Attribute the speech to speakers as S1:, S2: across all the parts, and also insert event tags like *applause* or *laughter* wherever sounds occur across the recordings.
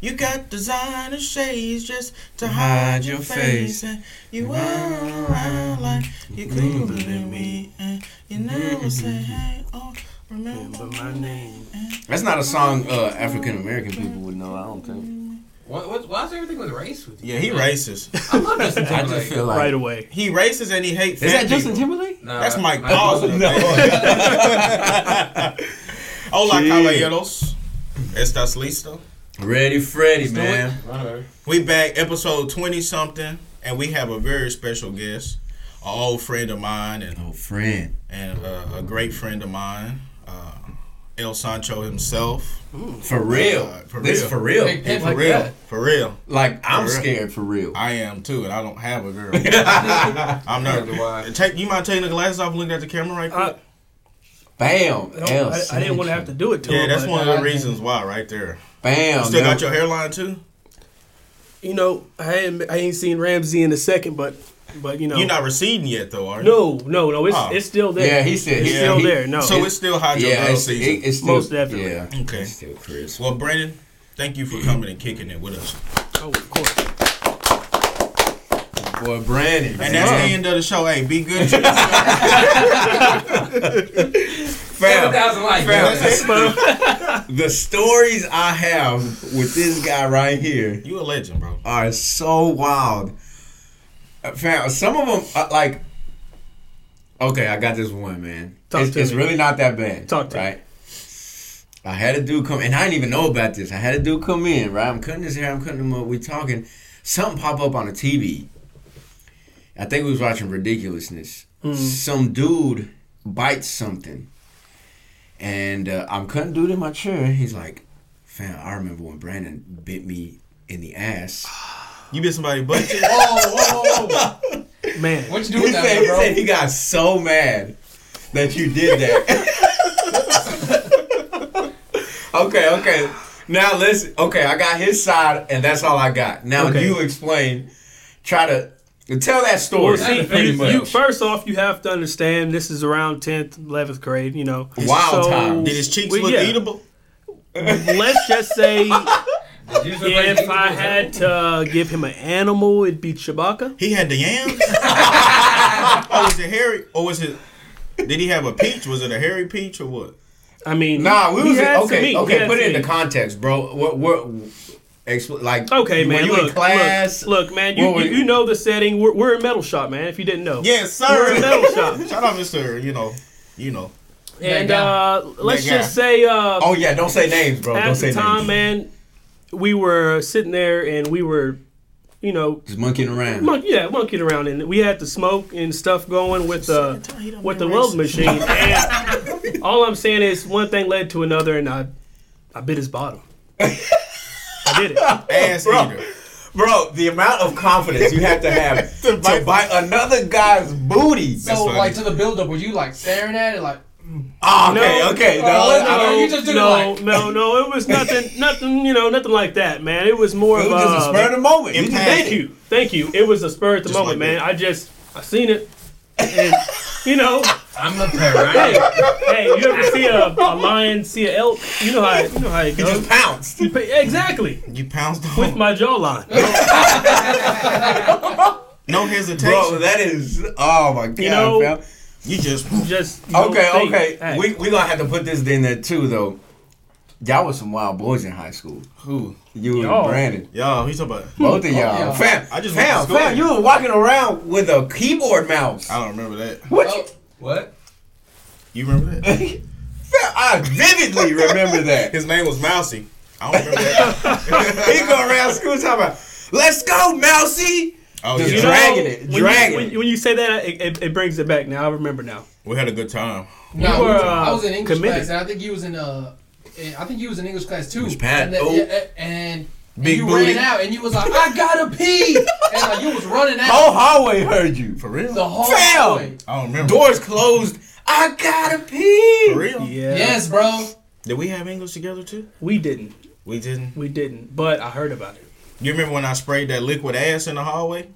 S1: You got designer shades just to hide your face. And you were around like you couldn't believe me. And you never say, hey, oh, remember my name.
S2: That's not a song uh, African American people would know. I don't think.
S3: What, what, why is everything with race with you?
S1: Yeah, he racist.
S3: I love Justin
S2: I
S3: Timberlake.
S2: just feel like
S4: right away.
S1: *laughs* He racist and he hates.
S2: is that Justin Timberlake?
S3: Nah,
S1: That's Mike
S3: I-
S1: Balls. *laughs*
S3: *laughs*
S1: Hola,
S4: Shit.
S1: caballeros. Estas listo.
S2: Ready Freddy, man.
S3: Alright.
S1: We back episode twenty something, and we have a very special guest, an old friend of mine, and
S2: Oh, friend.
S1: and uh, a great friend of mine, uh, El Sancho himself.
S2: For real.
S1: Uh, for
S2: this
S1: real.
S2: for real.
S3: Big pimp
S1: for
S3: like
S1: real,
S3: that.
S1: for real.
S2: Like I'm
S1: real.
S2: scared for real.
S1: I am too, and I don't have a girl. I'm
S3: Neither do I.
S1: not. Take you mind taking the glasses off and looking at the camera right quick?
S4: I,
S2: Bam.
S4: I,
S2: El
S4: don't- I, I didn't want to have to do it to
S1: yeah,
S4: him.
S1: that's
S4: but,
S1: one of
S3: I
S1: the
S3: can-
S1: reasons why, right there.
S2: Bam.
S1: Still
S2: man.
S1: got your hairline too.
S4: You know, I ain't, I ain't seen Ramsey in a second, but but you know,
S1: You're not receding yet, though, are you?
S4: no, no, no, it's
S1: Oh.
S4: it's still there.
S2: Yeah, he said-
S4: it's
S1: yeah,
S4: still
S2: he-
S4: there. No,
S1: so
S4: It-
S1: it's still high
S2: yeah,
S1: yeah,
S2: it's, it,
S1: season.
S2: it's still,
S4: Most definitely.
S2: Yeah.
S1: okay.
S2: It's still Chris.
S1: Well, Brandon, thank you for coming and kicking it with us.
S4: oh, of course.
S2: Boy, Brandon.
S1: And that's the end of the show. Hey, be good. to yourself.
S2: Fam.
S3: 7,000 likes.
S2: Fam.
S3: man.
S2: the stories I have with this guy right here
S1: you a legend, bro.
S2: are so wild. Uh, Fam, some of them uh, like. Okay, I got this one, man.
S4: Talk
S2: it's
S4: to
S2: it's
S4: me.
S2: really not that bad.
S4: Talk to me.
S2: right. I had a dude come, and I didn't even know about this. I had a dude come in, right? I'm cutting his hair, I'm cutting him up. We talking. Something pop up on the TV. I think we was watching Ridiculousness.
S4: Mm-hmm.
S2: Some dude bites something, and uh, I'm cutting dude in my chair. and He's like, "Fam, I remember when Brandon bit me in the ass."
S1: You been
S4: *laughs*
S1: somebody but
S3: Whoa, whoa, whoa.
S4: man,
S3: *laughs* What you do
S2: He
S3: with that,
S2: said,
S3: one,
S2: he
S3: bro?
S2: said he got so mad that you did that. *laughs* okay, okay. Now listen. Okay, I got his side, and that's all I got. Now
S4: Okay.
S2: you explain. Try to tell that
S4: well,
S2: story.
S4: see,
S3: pretty
S4: you,
S3: much.
S4: you- first off, you have to understand this is around tenth, eleventh grade. You know,
S2: Wild time.
S1: did his cheeks
S4: Well,
S1: look
S4: yeah.
S1: eatable?
S4: *laughs* Let's
S1: *laughs*
S4: just say
S3: Did you somebody
S4: if
S3: think
S4: I
S3: it was
S4: had to give him an animal, it'd be Chewbacca.
S1: He had the *laughs* yams. oh, was it hairy? Or was it? Did he have a peach? Was it a hairy peach or what?
S4: I mean,
S2: nah, we
S4: he
S2: was
S4: had to meet,
S2: okay.
S4: he
S2: Okay,
S4: had
S2: put
S4: to
S2: it
S4: meet.
S2: into context, bro. What? What? Expl- like
S4: Okay, man.
S2: Were you
S4: look,
S2: in class?
S4: Look, look, man. You,
S2: What were
S4: you,
S2: you-
S4: you know the setting. We're, we're in metal shop, man. If you didn't know,
S1: Yes,
S4: we're
S1: sir.
S4: in metal
S2: *laughs*
S4: shop.
S1: Shout out, Mister. You know, you know.
S4: and
S3: guy.
S4: uh, let's
S1: That guy.
S4: just say uh,
S2: Oh yeah, don't say names, bro.
S4: at
S2: don't say
S4: the time,
S2: names.
S4: man, we were sitting there and we were, you know,
S2: Just monkeying around.
S4: monk, yeah, monkeying around, and we had the smoke and stuff going with the
S1: He done
S4: with the
S1: been
S4: weld
S1: racist.
S4: machine. And all I'm saying is one thing led to another, and I I bit his bottom. I did it.
S1: Ass eater.
S2: Bro, the amount of confidence you have to
S1: *laughs*
S2: have to, bite, another guy's booty.
S3: So,
S1: funny.
S3: like, to the build-up, were you, like, staring at it, like,
S2: Oh, okay, okay. No,
S3: Oh,
S2: I-
S3: no.
S2: I-
S3: you just did it
S4: no,
S3: like-
S4: no, no. It was
S3: *laughs*
S4: nothing, nothing, you know, nothing like that, man. It was more
S2: it
S4: of
S2: was just a
S4: uh,
S2: spur of the moment. You just
S1: impact.
S2: did
S4: Thank
S2: it.
S4: you, thank you. It was a spur at the
S1: Just
S4: moment,
S1: like
S4: man.
S1: that.
S4: I just, I seen it, and you know,
S3: I'm the parent.
S4: hey, hey, you ever see a, a lion, see a elk? You know how it- you know how it
S2: You
S4: goes.
S2: just pounced.
S4: Exactly,
S1: You pounced
S4: with
S1: on.
S4: my jawline.
S1: no hesitation.
S2: Bro, that is. Oh my god,
S4: know-
S2: fam.
S1: you just.
S4: Just you
S2: Okay,
S4: don't think,
S2: okay.
S4: hey.
S2: We we gonna have to put this in there too, though. Y'all was some wild boys in high school.
S1: Who?
S2: You and
S4: Y'all.
S2: Brandon,
S1: Y'all. He's talking about.
S2: both of y'all.
S3: y'all.
S2: Fam,
S1: I just went to
S2: fam,
S1: school.
S2: fam. You were walking around with a keyboard mouse.
S1: I don't remember that.
S2: What? you-
S3: Oh, what?
S1: You remember that? Oh.
S2: fam, I vividly remember that.
S1: *laughs* His name was Mousy. I don't remember that.
S2: he go around school talking about, "Let's go, Mousy."
S1: Oh
S2: Just
S1: yeah.
S4: You know,
S2: dragging it,
S4: when you-
S2: dragging
S4: when,
S2: it.
S4: when you say that, it, it, it brings it back. Now I remember now.
S1: We had a good time.
S3: No,
S4: were,
S3: I was in
S4: uh,
S3: English
S4: committed.
S3: class, and I think you was in uh, and I think you was in English class too.
S2: was Pat.
S3: And, that-
S2: Oh.
S3: yeah, uh, and, and
S2: Big
S3: you
S2: booty.
S3: ran out, and you was like, I gotta pee, and like you was running
S2: *laughs*
S3: out
S2: Whole hallway heard you.
S1: For real?
S3: the whole
S2: Oh. Fam.
S3: way.
S1: I don't remember.
S2: Doors closed. I gotta pee.
S1: For real?
S4: Yeah,
S3: Yes, bro.
S1: Did we have English together too?
S4: we didn't,
S1: We didn't.
S4: we didn't, but I heard about it.
S1: You remember when I sprayed that liquid ass in the hallway?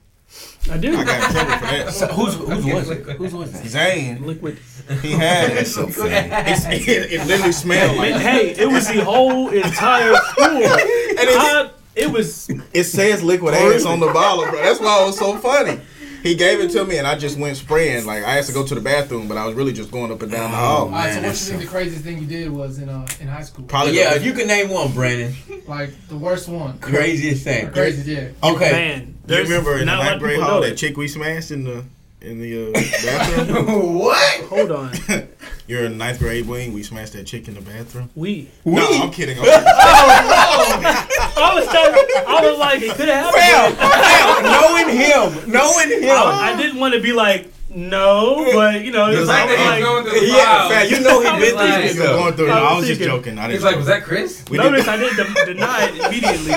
S4: I do.
S1: I got in trouble for that. So,
S2: Who's who's was it? Who's was that?
S1: *laughs* Zane,
S4: liquid.
S1: he had it.
S2: So funny.
S1: It's- it, it literally smelled like.
S4: Man, hey, it was the whole entire school. I, it was
S1: It says liquid ass on the bottle, bro. That's why it was so funny. He gave it to me, and I just went spraying. Like I had to go to the bathroom, but I was really just going up and down the hall.
S2: Oh,
S3: Alright,
S2: Man,
S3: so what you
S2: that's
S3: think
S2: so-
S3: the craziest thing you did was in uh in high school?
S1: Probably
S2: Oh, Yeah,
S1: the-
S2: if you can name one, Brandon,
S3: Like the worst one.
S2: craziest thing.
S3: Craziest, yeah.
S2: Okay.
S4: man.
S1: You
S4: there's
S1: remember in the
S4: not a lot of
S1: ninth grade
S4: people know
S1: hall
S4: it.
S1: that chick we smashed in the in the uh,
S2: *laughs*
S1: bathroom?
S2: what?
S4: Hold on,
S1: You're in ninth grade wing. We smashed that chick in the bathroom.
S4: we.
S1: No, I'm kidding. I'm kidding.
S4: I was trying, I was like, it could have happened.
S2: Well, *laughs* well, knowing him, knowing him.
S4: I, I didn't want to be like no, but you know, it was
S5: It's like
S4: like,
S5: that he's
S4: like
S5: going through the
S2: Yeah,
S5: yeah,
S2: fam, you know he been
S5: Like-
S2: through this
S1: You were
S2: stuff.
S1: going through. it.
S4: I was
S1: I was just
S4: thinking-
S1: joking. I didn't.
S5: He's like, was that Chris?
S1: we did
S4: notice I didn't de- deny it immediately.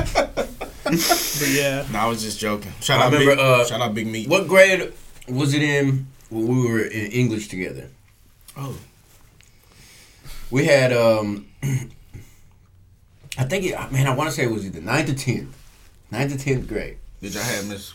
S4: but
S1: *laughs*
S4: yeah, *laughs*
S1: No, I was just joking. Shout
S2: I
S1: out,
S2: remember,
S1: big,
S2: uh,
S1: shout out, Big Meat.
S2: What grade was it in when we were in English together?
S1: Oh.
S2: We had, um, *clears throat* I think, it, man, I want to say it was either 9th or 10th. 9th or 10th grade.
S1: Did y'all have Miss?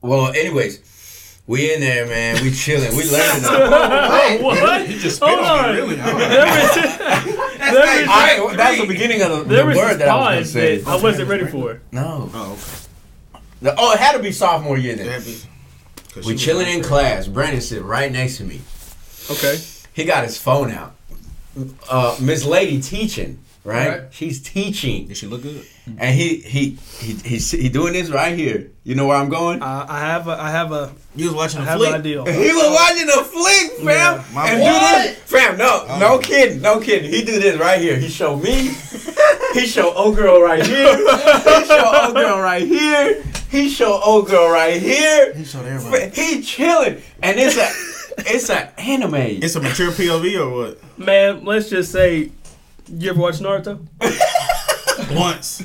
S2: Well, anyways, we in there, man. We chilling. We
S4: *laughs*
S2: learning.
S4: what?
S1: He just
S4: Hold on.
S1: Really?
S4: There *laughs* was, there was,
S2: I, that's the beginning of the, the
S4: there was
S2: word
S4: this
S2: that I was going to
S4: pause
S2: say. Oh,
S4: that I wasn't ready for.
S2: No.
S1: Oh, okay.
S2: The- oh, it had to be sophomore year then.
S1: That'd be- 'cause
S2: We
S1: she
S2: chilling
S1: was
S2: in
S1: like,
S2: class. Brandon sit right next to me.
S4: Okay.
S2: He got his phone out. Uh, Miss Lady teaching, right?
S3: Right.
S2: She's teaching,
S1: Did she look good?
S2: and he he he he's, he doing this right here. You know where I'm going?
S4: I I have a, I have a,
S1: You was watching
S4: I
S1: a
S4: have an
S1: flick.
S4: idea.
S2: He was watching a flick, fam,
S4: Yeah.
S1: My
S2: and
S1: boy. Oh.
S2: do this, fam. No, no kidding, no kidding. He do this right here. He show me. he show old girl right here. he show old girl right here. He show old girl right here.
S1: He showed everybody.
S2: Fa- He chilling, and it's a it's an anime.
S1: It's a mature POV or
S2: *laughs*
S1: what?
S4: Man, let's just say, you ever watch Naruto?
S1: Once.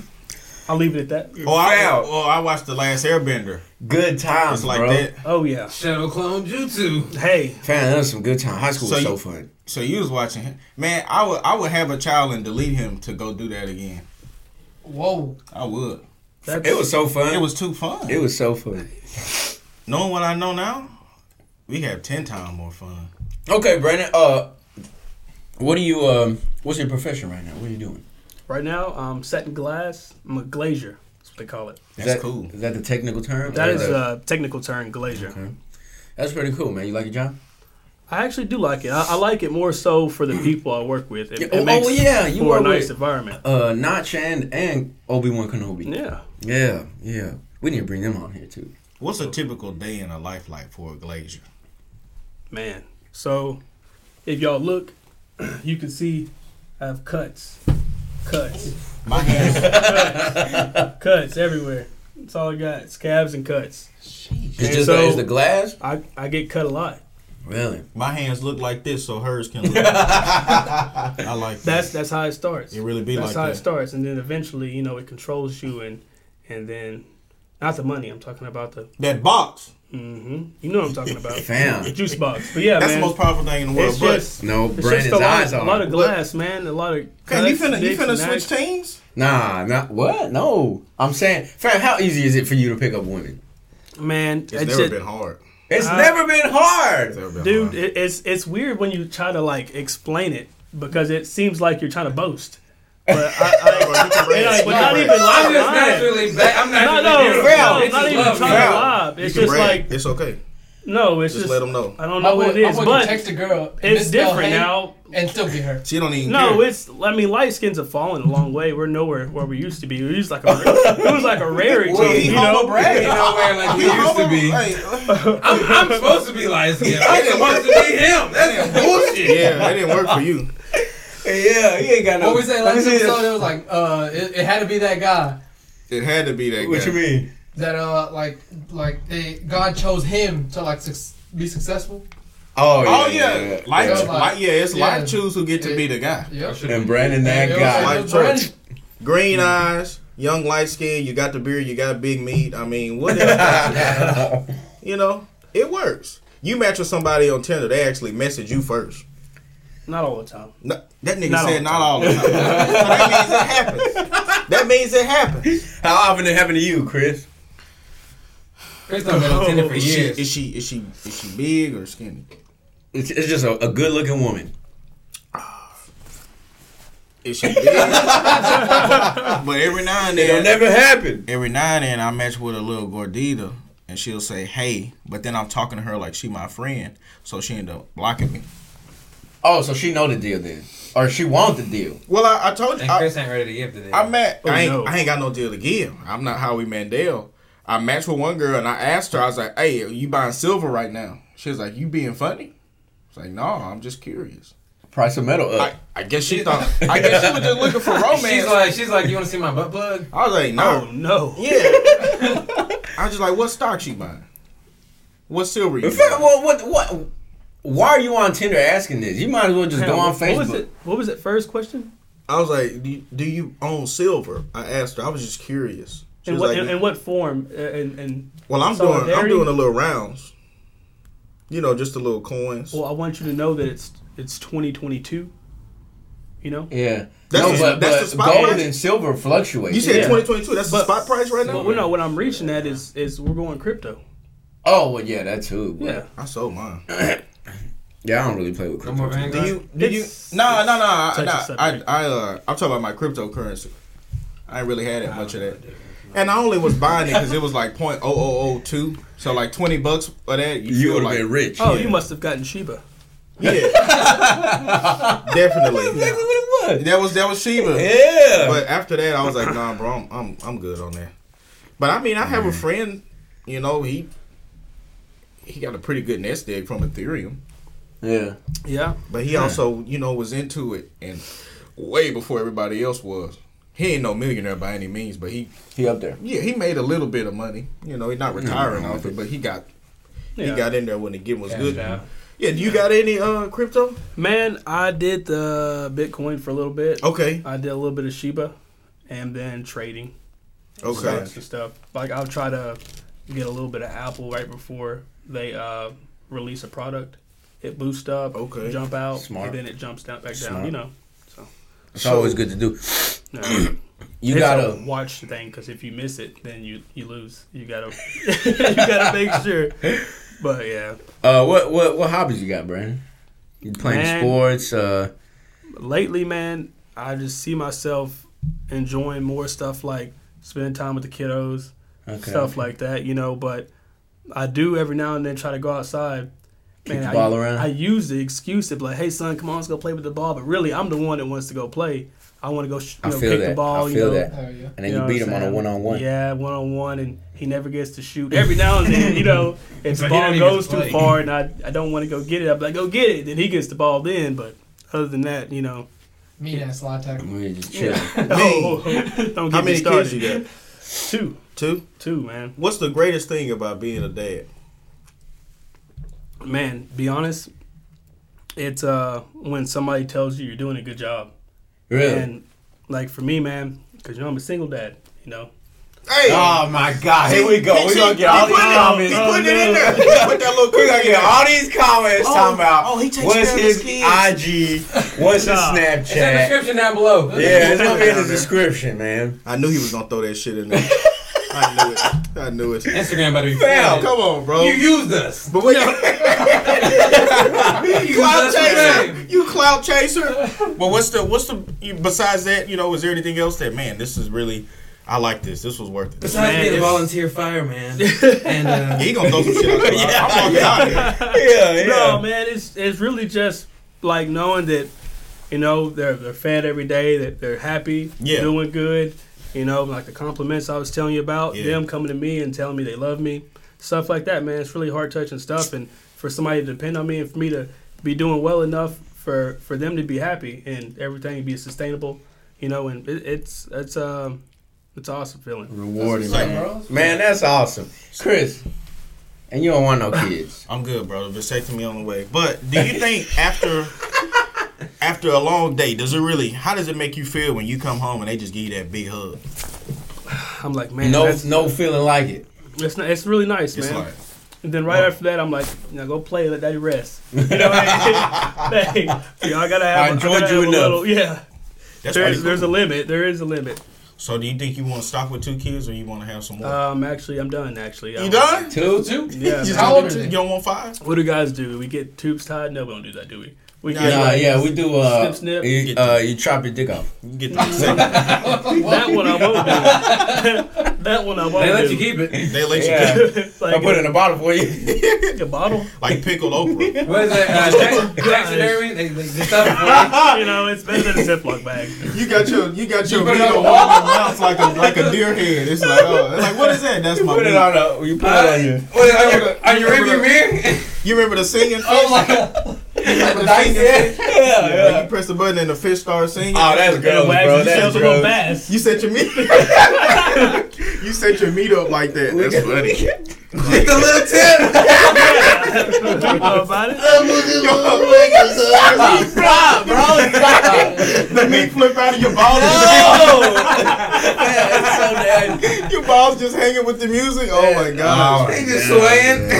S4: I'll leave it at that.
S1: Oh, I
S2: Wow.
S1: oh I watched the last Airbender.
S2: good times,
S1: It's like
S2: bro.
S1: that.
S4: Oh yeah.
S5: Shadow Clone Jutsu.
S4: Hey,
S2: Fam, that was some good time. High school
S1: So
S2: was
S1: you-
S2: so fun.
S1: So you was watching him. Man, I would I would have a child and delete him to go do that again.
S3: Whoa.
S1: I would.
S4: that's,
S2: It was so fun.
S1: It was too fun.
S2: It was so fun.
S1: Knowing what I know now, we have ten times more fun.
S2: Okay, Brandon. Uh, what do you um? What's your profession right now? What are you doing?
S4: right now. Um, setting glass. I'm a glazier. That's what they call it.
S2: Is
S1: That's
S2: that,
S1: cool.
S2: Is that the technical term?
S4: That
S2: Or
S4: is uh,
S2: the-
S4: a technical term, glazier.
S2: That's pretty cool, man. You like your job?
S4: I actually do like it. I, I like it more so for the people I work with. It,
S2: Yeah,
S4: it
S2: oh,
S4: makes
S2: oh, yeah, you
S4: for a
S2: work
S4: nice
S2: with-
S4: environment.
S2: Uh, Notch and and Obi Wan Kenobi.
S4: Yeah.
S2: Yeah, yeah. We need to bring them on here too.
S1: What's a typical day in a life like for a glazier?
S4: Man. So, if y'all look, *clears throat* you can see I have cuts, cuts,
S1: My hands.
S4: cuts everywhere. That's all I got. It's calves and cuts.
S2: It's
S4: And
S2: just
S4: so-
S2: it's the glass.
S4: I, I get cut a lot.
S2: Really?
S1: *laughs* my hands look like this, so hers can
S2: *laughs*
S1: look. I like that.
S4: That's that's how it starts.
S1: It really be
S4: that's
S1: like
S4: how
S1: that.
S4: it starts, and then eventually, you know, it controls you, and and then not the money. I'm talking about the.
S1: That box.
S4: hmm You know what I'm
S2: *laughs*
S4: talking about.
S2: Fam.
S4: The juice box. But yeah,
S1: That's
S4: man.
S1: the most powerful thing in the world.
S4: it's
S1: But
S4: just.
S2: No,
S4: It's just
S2: Brandon's
S4: a lot,
S2: eyes
S4: a
S2: on.
S4: lot of
S2: it.
S4: glass, man. A lot of.
S1: Can you
S4: cuts,
S1: finna you
S4: dicks,
S1: finna
S4: and
S1: switch
S4: ass.
S1: teams?
S2: Nah, not what? No, I'm saying, fam. How easy is it for you to pick up women?
S4: Man,
S1: It's
S4: it's
S1: never
S4: just-
S1: been hard.
S2: It's
S4: Uh,
S2: never been hard.
S1: It's never been
S4: dude,
S1: hard.
S4: it, it's it's weird when you try to like explain it because it seems like you're trying to boast, but
S1: *laughs*
S4: I, *laughs* I,
S1: Bro, you can brag.
S4: and, like, but
S1: You
S4: not
S1: can
S4: even
S5: I'm just
S4: lying.
S5: naturally black. I'm
S4: No, no,
S5: naturally
S4: no,
S5: beautiful.
S2: Val,
S4: no,
S5: Bitches
S4: not even
S5: love
S4: trying
S5: me.
S4: to
S1: Val,
S4: lie.
S1: you
S4: It's
S1: can
S4: just
S1: brag.
S4: like
S1: it's okay.
S4: no, it's
S1: Just
S4: just
S1: let them know.
S4: I don't
S3: My
S4: know
S3: boy,
S4: what it is,
S3: my boy can
S4: but
S3: text a girl. and
S4: it's
S3: misspell
S4: different
S3: hey
S4: now.
S3: And still be her.
S1: She don't even.
S4: No,
S1: care.
S4: it's I mean light skins have fallen a long way. We're nowhere where we used to be. We used like a
S3: *laughs*
S4: it was like a rarity,
S1: Well, he
S4: you know.
S1: humble brag.
S5: Ain't nowhere
S4: *laughs*
S5: like we used to be.
S1: Hey,
S5: I'm, I'm supposed to be light skinned. I'm supposed to be him. That's
S4: *laughs*
S1: *laughs*
S5: bullshit.
S1: yeah, that didn't work for you.
S2: Yeah, he ain't got no.
S3: What we say
S2: Let me
S3: last
S2: see this.
S3: episode? It was like, uh, it, it had to be that guy
S1: It had to be that
S2: What
S1: guy.
S2: you mean?
S3: that, uh, like, like they God chose him to like suc be successful.
S2: Oh yeah,
S1: Oh yeah, Life,
S3: Yeah.
S1: life- yeah, it's
S3: Yeah.
S1: life choose who get to be the guy.
S3: Yep.
S2: And Brandon, that
S3: It was-
S2: guy.
S3: it was Brandon.
S1: Green eyes, young light skin. You got the beard. You got big meat. I mean, what?
S4: *laughs*
S1: else? you know, it works. You match with somebody on Tinder, they actually message you first.
S4: Not all the time.
S1: No, that nigga
S4: Not all the
S1: said not all the time. So that means it happens. That means it happens.
S2: *laughs* How often it happened to you, Chris?
S5: Chris done been on Tinder for
S1: Is she, is
S5: years.
S1: she is she is she big or skinny?
S2: It's, it's just a, a good-looking woman.
S1: if she *laughs* did. but every now and
S2: It'll
S1: then,
S2: never happen.
S1: every now and then, I match with a little gordita, and she'll say, "Hey," but then I'm talking to her like she my friend, so she end up blocking me.
S2: Oh, so she know the deal then, or she want the deal.
S1: Well, I, I told you,
S5: And
S1: I,
S5: Chris ain't ready to give today.
S1: I met.
S4: Oh,
S1: I, ain't,
S4: no.
S1: I ain't got no deal to give. I'm not Howie Mandel. I matched with one girl and I asked her. I was like, "Hey, are you buying silver right now?" She was like, "You being funny?" I was like, "No, I'm just curious."
S2: Price of metal uh, up.
S1: I, I guess she thought. I guess she was just looking for romance.
S5: She's like, she's like, you want to see my butt plug?
S1: I was like, "No,
S4: Oh no.
S1: yeah." *laughs* I was just like, "What stock you buying? What silver you?"
S2: In fact,
S1: Buying?
S2: well, what, what? Why are you on Tinder asking this? You might as well just
S4: Damn,
S2: go on
S4: what-
S2: Facebook.
S4: What was it? What was it? First question.
S1: I was like, do you, "Do you own silver?" I asked her. I was just curious. She
S4: In
S1: was
S4: what
S1: like,
S4: in, in what form? Uh, And and
S1: "Well, I'm doing. I'm
S4: solidarity?
S1: doing a little rounds. You know, just a little coins."
S4: well, I want you to know that it's it's 2022. You know.
S2: Yeah.
S1: That's
S2: no,
S1: the-
S2: but,
S1: that's
S2: but
S1: the spot
S2: gold
S1: price?
S2: and silver fluctuate.
S1: You said
S4: Yeah.
S1: 2022. That's the
S4: But-
S1: spot price right now.
S4: Well, no, what I'm reaching at is is we're going crypto.
S2: oh, well, yeah, that too. but-
S4: Yeah.
S1: I sold mine.
S2: Yeah, I don't really play with
S5: No
S2: crypto.
S5: more
S1: Do
S5: Vanguard.
S1: you? Do you?
S4: It's-
S1: No, no, no. I,
S4: touchy
S1: no, I,
S4: subject.
S1: I, uh, I'm talking about my cryptocurrency. I ain't really had that much of that. And I only was buying it because it was like point oh oh oh two. So like 20 bucks for that. You,
S2: you
S1: feel
S2: would have
S1: like,
S2: been rich.
S4: Oh,
S1: Yeah.
S4: you must have gotten Shiba.
S1: Yeah. *laughs* Definitely.
S2: That's exactly what it was.
S1: That was that was Shiba.
S2: Yeah.
S1: But after that, I was like, nah, bro, I'm I'm, I'm good on that. But I mean, I have a friend, you know, he he got a pretty good nest egg from Ethereum.
S2: yeah.
S4: Yeah.
S1: But he also, you know, was into it and way before everybody else was. He ain't no millionaire by any means, but he
S2: He up there.
S1: yeah, he made a little bit of money. You know, he's not retiring off it, but he got
S4: Yeah.
S1: he got in there when the game was
S5: Cashed
S1: good.
S5: out.
S1: Yeah, do you got any uh crypto?
S4: Man, I did the Bitcoin for a little bit.
S1: Okay.
S4: I did a little bit of Shiba, and then trading
S1: Okay.
S4: stocks and stuff. Like I'll try to get a little bit of Apple right before they uh, release a product. It boosts up,
S1: Okay.
S4: jump out,
S2: Smart.
S4: and then it jumps down back
S2: Smart.
S4: down. You know,
S2: It's always good to do.
S4: No.
S2: *clears throat* You
S4: It's
S2: gotta.
S4: a watch thing because if you miss it, then you you lose. You gotta *laughs* you gotta make sure. But yeah,
S2: Uh, what what what hobbies you got, Brandon? You playing
S4: Man.
S2: sports? Uh,
S4: lately, man, I just see myself enjoying more stuff like spending time with the kiddos,
S2: okay.
S4: stuff like that, you know. But I do every now and then try to go outside.
S2: Kick the
S4: I,
S2: ball around.
S4: I use the excuse of like, "Hey, son, come on, let's go play with the ball." But really, I'm the one that wants to go play. I want to go sh-
S2: I
S4: you know,
S2: feel
S4: kick
S2: that.
S4: the ball.
S2: I
S4: you
S2: feel
S4: know,
S2: that.
S3: Oh yeah.
S2: and then
S4: know
S2: you,
S4: what
S2: beat
S4: I'm
S2: him on a
S4: saying?
S2: one on one.
S4: Yeah, one on one, and he never gets to shoot. Every now and then, you
S1: *laughs*
S4: know, if
S5: So
S4: the
S5: he don't
S4: ball
S5: even
S4: goes too
S5: play.
S4: far and I, I don't want to go get it, I'm like, go get it. Then he gets the ball then, but other than that, you
S1: *laughs*
S4: know,
S3: Mean ass latte.
S2: We just chill.
S4: oh, *laughs* don't
S1: How
S4: get me
S1: many kids you
S4: started.
S1: got?
S4: Two,
S1: Two?
S4: two, man,
S1: What's the greatest thing about being a dad?
S4: man. Be honest, it's uh when somebody tells you you're doing a good job,
S2: Really?
S4: and like for me, man, because you know I'm a single dad, you know.
S1: Hey
S2: oh my God! Here we go. We're gonna get all these comments.
S1: He's putting it in there.
S2: *laughs*
S1: Put that little
S2: We're
S1: cookie
S2: gonna
S1: in
S2: get
S1: there.
S2: all these comments
S6: Oh,
S2: talking about
S6: oh, he takes
S2: what's
S6: care of
S2: his
S6: his
S2: IG, what's his
S4: Nah.
S5: It's in the
S2: Snapchat.
S5: description down below.
S2: Yeah, it's gonna be in the description, man.
S1: I knew he was gonna throw that shit in there. *laughs* I knew it. I knew it.
S5: Instagram better be
S1: Damn,
S5: flooded.
S1: come on, bro.
S5: You used us.
S1: But wait,
S4: *laughs*
S1: you cloud
S5: That's my
S1: chaser.
S5: name.
S1: You cloud chaser. But what's the what's the you, besides that? You know, is there anything else that man? This is really, I like this. This was worth it. This-
S5: Besides
S4: Man,
S5: being a
S4: it's- *laughs*
S5: volunteer fireman, and uh,
S1: he gonna throw some shit. Out yeah, I'm walking out of here. *laughs*
S2: Yeah, yeah.
S4: No, man, it's it's really just like knowing that, you know, they're they're fed every day, that they're happy,
S1: Yeah.
S4: doing good, you know, like the compliments I was telling you about,
S1: Yeah.
S4: them coming to me and telling me they love me, stuff like that, man. It's really hard touching stuff, and for somebody to depend on me and for me to be doing well enough for for them to be happy and everything be sustainable, you know, and it, it's it's um it's an awesome feeling.
S2: Rewarding,
S1: That's
S2: man. Man, that's awesome, Chris. And you don't want no kids.
S1: I'm good, bro. Vasectomy on the way. But do you think after after a long day, does it really? How does it make you feel when you come home and they just give you that big hug?
S4: I'm like, man,
S2: No,
S4: that's,
S2: no feeling like it.
S4: it's not, it's really nice,
S1: It's
S4: man.
S1: like
S4: And then right after that, I'm like, now go play, let that rest. *laughs* You know what I mean? hey, y'all gotta have.
S2: I
S4: a-
S2: enjoyed
S4: gotta
S2: you
S4: have a
S2: enough.
S4: little- yeah,
S1: that's
S4: there's
S1: pretty
S4: there's a
S1: cool.
S4: limit. There is a limit.
S1: So do you think you want to stop with two kids or you want to have some more?
S4: Um, actually, I'm done. Actually,
S1: Uh,
S4: Um,
S1: you done?
S2: Two?
S5: two.
S4: Yeah.
S1: You
S2: *laughs*
S4: man.
S1: just gonna
S5: old
S1: do
S5: are
S1: two-
S5: they?
S1: You don't want five?
S4: What do guys do? We get tubes tied? No, we don't do that, do we? We
S2: Nah,
S4: like,
S2: yeah, we do. Uh,
S4: Snip, snip.
S2: You, uh, you chop your dick off.
S1: You get the
S2: *laughs*
S1: same.
S4: That one I won't do. that one I won't
S5: They let
S4: do. *laughs*
S5: you keep it.
S1: They let
S2: Yeah.
S1: you get
S2: I
S4: like
S2: put it in a bottle for you.
S4: *laughs* a,
S2: *laughs*
S4: a bottle.
S1: like pickled okra.
S5: What is that? Uh,
S4: *laughs*
S5: Jackson, Jackson Irving? They, they, they stuff it for you.
S4: you know, it's better than a Ziploc
S2: *laughs*
S4: bag.
S1: You got your you got your
S5: You put
S1: meat
S5: it
S1: on your
S5: on-
S1: mouth like a like a deer head. It's like oh, it's like what is that? That's my
S2: put it
S1: meat.
S2: on a. You put it
S5: Uh,
S2: on your.
S5: what is it, on your, on your rearview *laughs* mirror?
S1: You remember the singing fish?
S5: Oh my god.
S1: Remember the
S5: Dice
S1: singing
S5: head?
S1: fish?
S2: Yeah,
S1: Like you press the button and the fish starts singing.
S2: Oh, that's gross,
S4: wax
S2: bro.
S4: yourself
S2: That's
S4: a little
S2: gross. *laughs*
S4: bass.
S1: you set your meat. you set your meat up like that. That's funny.
S5: Get the little tip.
S4: you know about it?
S2: Stop, bro.
S1: the meat flip out of your balls.
S2: *laughs* yeah, it's so nasty.
S1: Your balls just hanging with the music. Oh my god.
S5: *laughs* They just *laughs* swaying.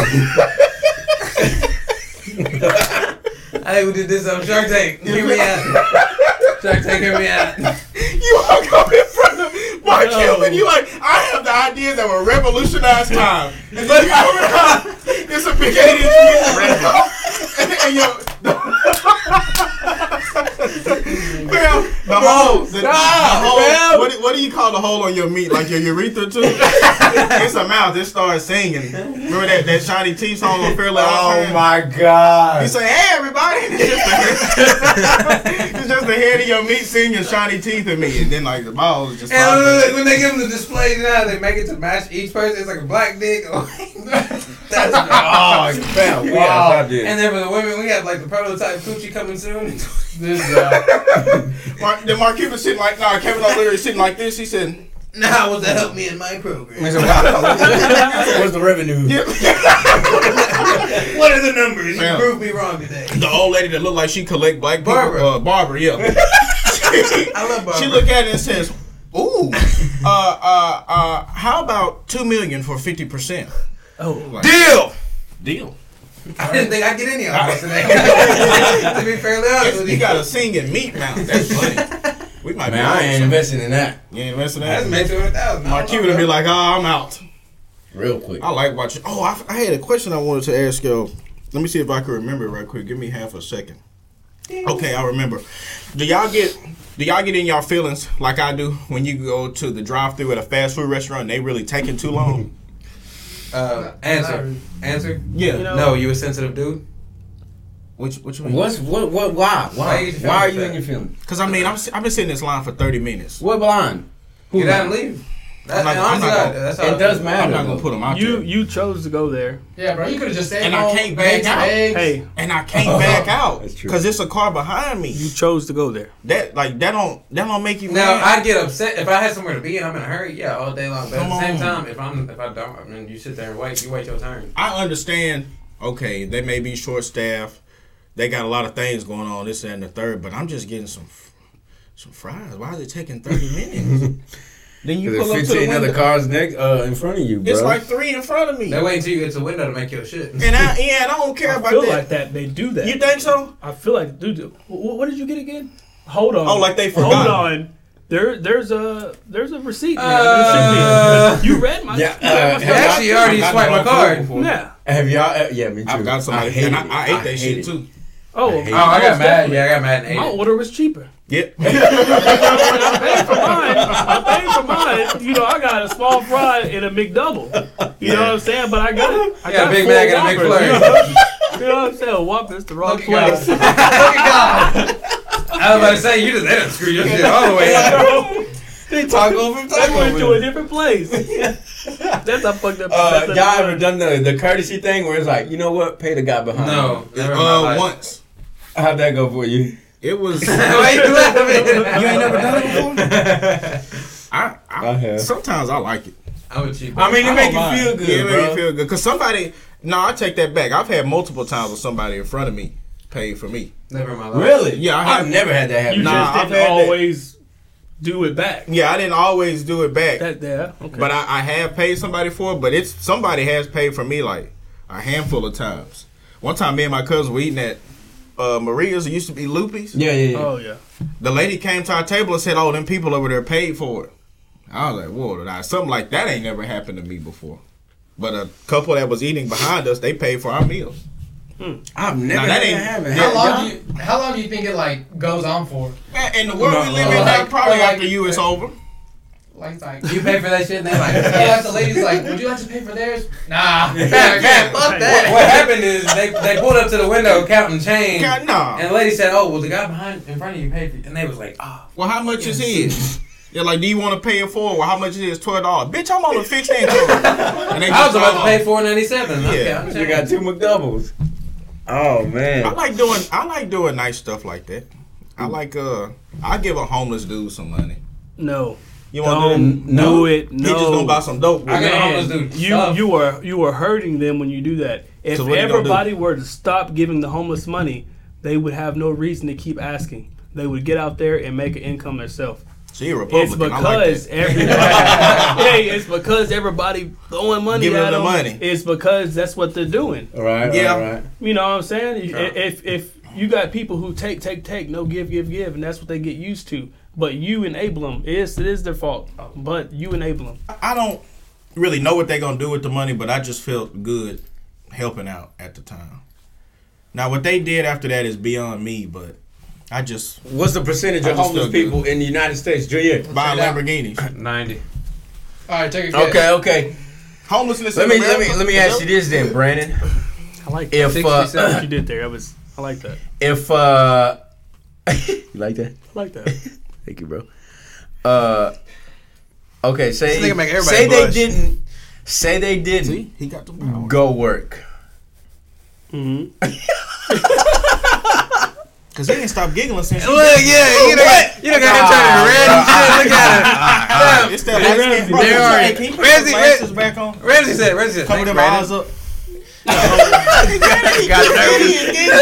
S5: I think we did this on Shark Tank. Hear me out. Shark Tank, hear me out.
S1: You walk up in front of Mark
S4: No.
S1: Cuban. You like, I have the ideas that will revolutionize time. And then you come around, it's a big idiot. and, *laughs* and your Fam, the hole, the, the hole
S2: fam.
S1: what, do- what do you call the hole on your meat? Like your urethra too? it's a mouth. It starts singing. Remember that that Shiny T song on Fairly
S2: Oh my god.
S1: you say, hey, everybody. *laughs* It's just, the, it's just the head of your meat seeing your shiny teeth at me. And then, like, the balls just
S5: And look, look,
S1: pop.
S5: when they give them the display now, they make it to match each person. It's like a black dick. *laughs* That's wrong.
S2: Oh, fam, we
S5: Wow.
S2: gotta stop this.
S5: And then for the women, we have like the prototype coochie coming soon.
S3: This guy.
S5: uh,
S1: Mark, then Mark Cuban sitting like, nah, Kevin O'Leary sitting like this. He said,
S5: *laughs* now, was that help me in my program?
S2: Mr.
S5: *laughs*
S2: Wow. What's the revenue?
S1: yeah.
S5: What are the numbers?
S1: Ma'am.
S5: You proved me wrong today.
S1: the old lady that looked like she collect black people.
S5: Barbara.
S1: Uh, Barbara, yeah.
S5: I love
S1: *laughs*
S5: Barbara.
S1: She look at it and says, ooh, uh, uh, uh, how about two million for 50%?
S4: Oh,
S1: Deal. Deal.
S5: I didn't think I'd get any offers today.
S1: *laughs*
S5: to be fairly honest with
S1: You
S5: you.
S1: got a singing meat mouth. That's funny. We might be
S2: Man, I
S1: on
S2: ain't
S1: something.
S2: investing in that
S1: You ain't messing
S5: That's made two hundred thousand.
S1: My Cuban would be like, oh, I'm out.
S2: real quick.
S1: I like watching. Oh, I, I had a question I wanted to ask y'all. Let me see if I can remember it right quick. Give me half a second. Okay, I remember. Do y'all get do y'all get in y'all feelings like I do when you go to the drive through at a fast food restaurant and they really taking too
S2: *laughs*
S1: long?
S5: uh, answer, answer.
S1: Yeah.
S4: You know-
S5: No, you a sensitive dude.
S1: Which which one?
S2: What's what what why
S5: Why you
S2: why
S5: feeling
S2: why are
S5: like
S2: you
S5: that?
S2: in your feelings?
S1: Cause I mean I'm si- I've been sitting in this line for thirty minutes.
S2: What blind? Who
S5: Get out and
S2: blind?
S5: leave. That,
S1: I'm not-
S5: and honestly,
S1: I'm not gonna-
S5: that's how I
S2: It does
S5: feel.
S2: matter.
S1: I'm not gonna
S2: though.
S1: put them out
S4: you
S1: there.
S4: you chose to go there.
S3: Yeah, bro, you could have just stayed
S1: And I
S3: home,
S1: can't
S3: baked
S1: back out.
S3: some eggs.
S4: Hey,
S1: And I
S2: *laughs*
S1: can't back out
S2: That's true.
S1: because it's a car behind
S4: you
S1: me.
S4: chose to go there.
S1: That like that don't that don't make you
S5: Now
S1: mad.
S5: I'd get upset if I had somewhere to be and I'm in a hurry. Yeah, all day long. But at
S1: Come
S5: the same
S1: on.
S5: time, if I'm if I don't, I mean, you sit there and wait. You wait your turn.
S1: I understand. Okay, they may be short staffed. They got a lot of things going on. This that, and the third. But I'm just getting some some fries. Why is it taking
S2: *laughs*
S1: thirty minutes? then you
S2: There's
S1: pull up to the
S2: 15 other
S1: window.
S2: cars next uh, in front of you, bro.
S1: It's like three in front of me.
S5: They wait until you get to the window to make your
S1: *laughs*
S5: shit.
S1: And I yeah, I don't care
S4: I
S1: about
S4: feel
S1: that.
S4: like that they do that.
S1: You think so?
S4: I feel like dude, dude, wh- wh- what did you get again? Hold on.
S1: Oh, like they
S4: Hold
S1: forgot.
S4: on. There, there's a there's a receipt. Now.
S5: Uh,
S4: there should be. You read my.
S2: Yeah,
S4: you read my
S2: uh,
S4: stuff.
S5: Actually, you already
S1: I've
S5: swiped my
S1: gotten wrong food
S5: card.
S1: before.
S4: yeah.
S2: Have y'all? Uh, yeah, me too.
S1: I've got
S2: I
S1: somebody,
S2: hated
S1: and I,
S2: it.
S1: I ate that
S2: I hated
S1: shit
S2: it.
S1: too.
S4: Oh,
S2: I hate
S5: Oh, I got
S4: most
S5: mad.
S4: definitely.
S5: Yeah, I got mad and
S4: My
S5: ate it.
S4: order was cheaper.
S1: Yep. *laughs*
S4: I paid for mine. I paid for mine. You know, I got a small fry and a McDouble. You know what I'm saying? But I got it. I
S5: Yeah,
S4: got
S5: Big
S4: four
S5: Mac and a
S4: Whoppers.
S2: *laughs*
S5: McFlurry.
S4: You know what I'm saying? Whopper's the wrong
S5: Look at God.
S4: place. *laughs*
S5: Look at God. *laughs* I was about to say you just they done screwed your shit all the way up.
S4: Bro,
S2: They talk over
S4: I went to a different place.
S1: *laughs*
S4: That's how fucked up.
S2: Uh,
S4: that's how
S2: y'all ever
S4: fucked-
S2: done the, the courtesy thing where it's like, you know what, pay the guy behind.
S5: No, never in my
S1: uh,
S5: life.
S1: once
S2: How'd that go for you?
S1: it was.
S2: *laughs*
S1: *laughs*
S5: Why you laughing?
S1: You ain't never done it before. I, I,
S2: I have.
S1: sometimes I like it.
S5: I'm a cheap.
S2: I mean, it
S1: I
S2: make
S1: don't mind.
S2: you feel good,
S1: Yeah, it make
S2: bro.
S1: me feel good. Cause somebody, no, I take that back. I've had multiple times where somebody in front of me paid for me.
S5: never in my life.
S2: Really?
S1: Yeah, I
S2: I've
S1: have-
S2: never had that happen.
S4: You
S1: Nah, I've
S4: just
S1: had
S4: didn't
S1: that.
S4: always do it back.
S1: Yeah, I didn't always do it back,
S4: That yeah. Okay.
S1: but I, I have paid somebody for it. But it's somebody has paid for me like a handful of times. One time, me and my cousin were eating at uh, Maria's. It used to be Loopy's.
S2: Yeah, yeah, yeah.
S4: oh yeah.
S1: The lady came to our table and said, "Oh, them people over there paid for it." I was like, "Whoa, nah, something like that ain't never happened to me before." But a couple that was eating behind us, they paid for our meals.
S2: I've never
S1: Nah, that
S2: had
S1: ain't-
S2: that happen.
S3: How
S2: Hell,
S3: long
S2: y'all-
S3: do you how long do you think it like goes on for?
S1: Man, in the world we
S2: No,
S1: live
S2: no,
S1: in now,
S3: like-
S1: probably
S3: like-
S1: after you, it's over.
S3: Like it's like
S5: You pay for that shit, and they *laughs* like,
S3: Yeah,
S5: yeah.
S3: like the lady's like, would you like to pay for theirs? Nah.
S5: Man, man, fuck that. What happened is they, they pulled up to the window counting change,
S1: God, nah.
S5: and the lady said, "Oh, well, the guy behind in front of you paid for," it. and they was like, "Ah."
S1: Well, how much is his? They're like, do you want to pay it forward? Well, how much is his? Twelve dollars. Bitch, I'm on a fixed income. And they
S5: I was
S1: just
S5: about to
S1: fall
S5: pay
S1: off.
S5: four ninety seven.
S1: Yeah.
S5: Yeah,
S2: You got two McDoubles. Oh
S1: I
S2: man.
S1: like doing. I like doing nice stuff like that. I like. Uh, I give a homeless dude some money.
S4: No,
S1: You want to do
S4: don't
S1: that?
S4: do it.
S1: He just gonna buy
S4: No,
S1: some dope. with
S5: I got
S1: it.
S5: a homeless dude.
S4: you
S5: stuff.
S4: you are you are hurting them when you do that. If
S1: So what you gonna do?
S4: everybody were to stop giving the homeless money, they would have no reason to keep asking. They would get out there and make an income themselves.
S1: So you're a
S4: It's
S1: Republican. I like
S4: because
S1: that. *laughs*
S4: everybody. hey, it's because everybody throwing money
S1: Giving
S4: at
S1: them the
S4: them.
S1: money.
S4: It's because that's what they're doing.
S2: All right.
S1: Yeah.
S2: All right.
S4: You know what I'm saying? If if you got people who take take take no give give give, and that's what they get used to. But you enable them. It's it is their fault. But you enable them.
S1: I don't really know what they're gonna do with the money, but I just felt good helping out at the time. Now, what they did after that is beyond me, but I just
S2: What's the percentage
S1: I'm
S2: of homeless
S1: still good.
S2: people in the United States, Junior?
S1: buy
S3: check it
S2: *laughs*
S3: out.
S1: Lamborghinis.
S2: Ninety.
S3: All right, take a guess.
S2: Okay. Okay.
S1: Homelessness.
S2: Let
S1: in
S2: me let
S1: America
S2: me let me
S1: is
S2: ask
S1: up.
S2: you this then, Brandon.
S4: I like that.
S2: If uh,
S4: what you did there. That was I like that.
S2: if uh, *laughs* you like that?
S4: I
S1: *laughs*
S4: like that.
S2: Thank you, bro. Uh, okay. Say
S5: This nigga make everybody
S2: say they
S5: blush.
S2: didn't. Say they didn't
S1: See, he got the power.
S2: go work.
S4: hmm
S1: Cause he didn't stop giggling since.
S5: Look, yeah, you know, you know, got him turning red and shit. Look at
S1: It's that light skin. Bro,
S5: There are-
S1: hey, can you put
S5: Ramsey,
S1: your glasses back on?
S5: him. Ramsey said, Ramsey said,
S1: Cover
S5: thanks,
S1: them
S5: Brandon.
S1: eyes
S2: *laughs*
S1: up.
S5: Got nervous.
S1: It's
S5: Look at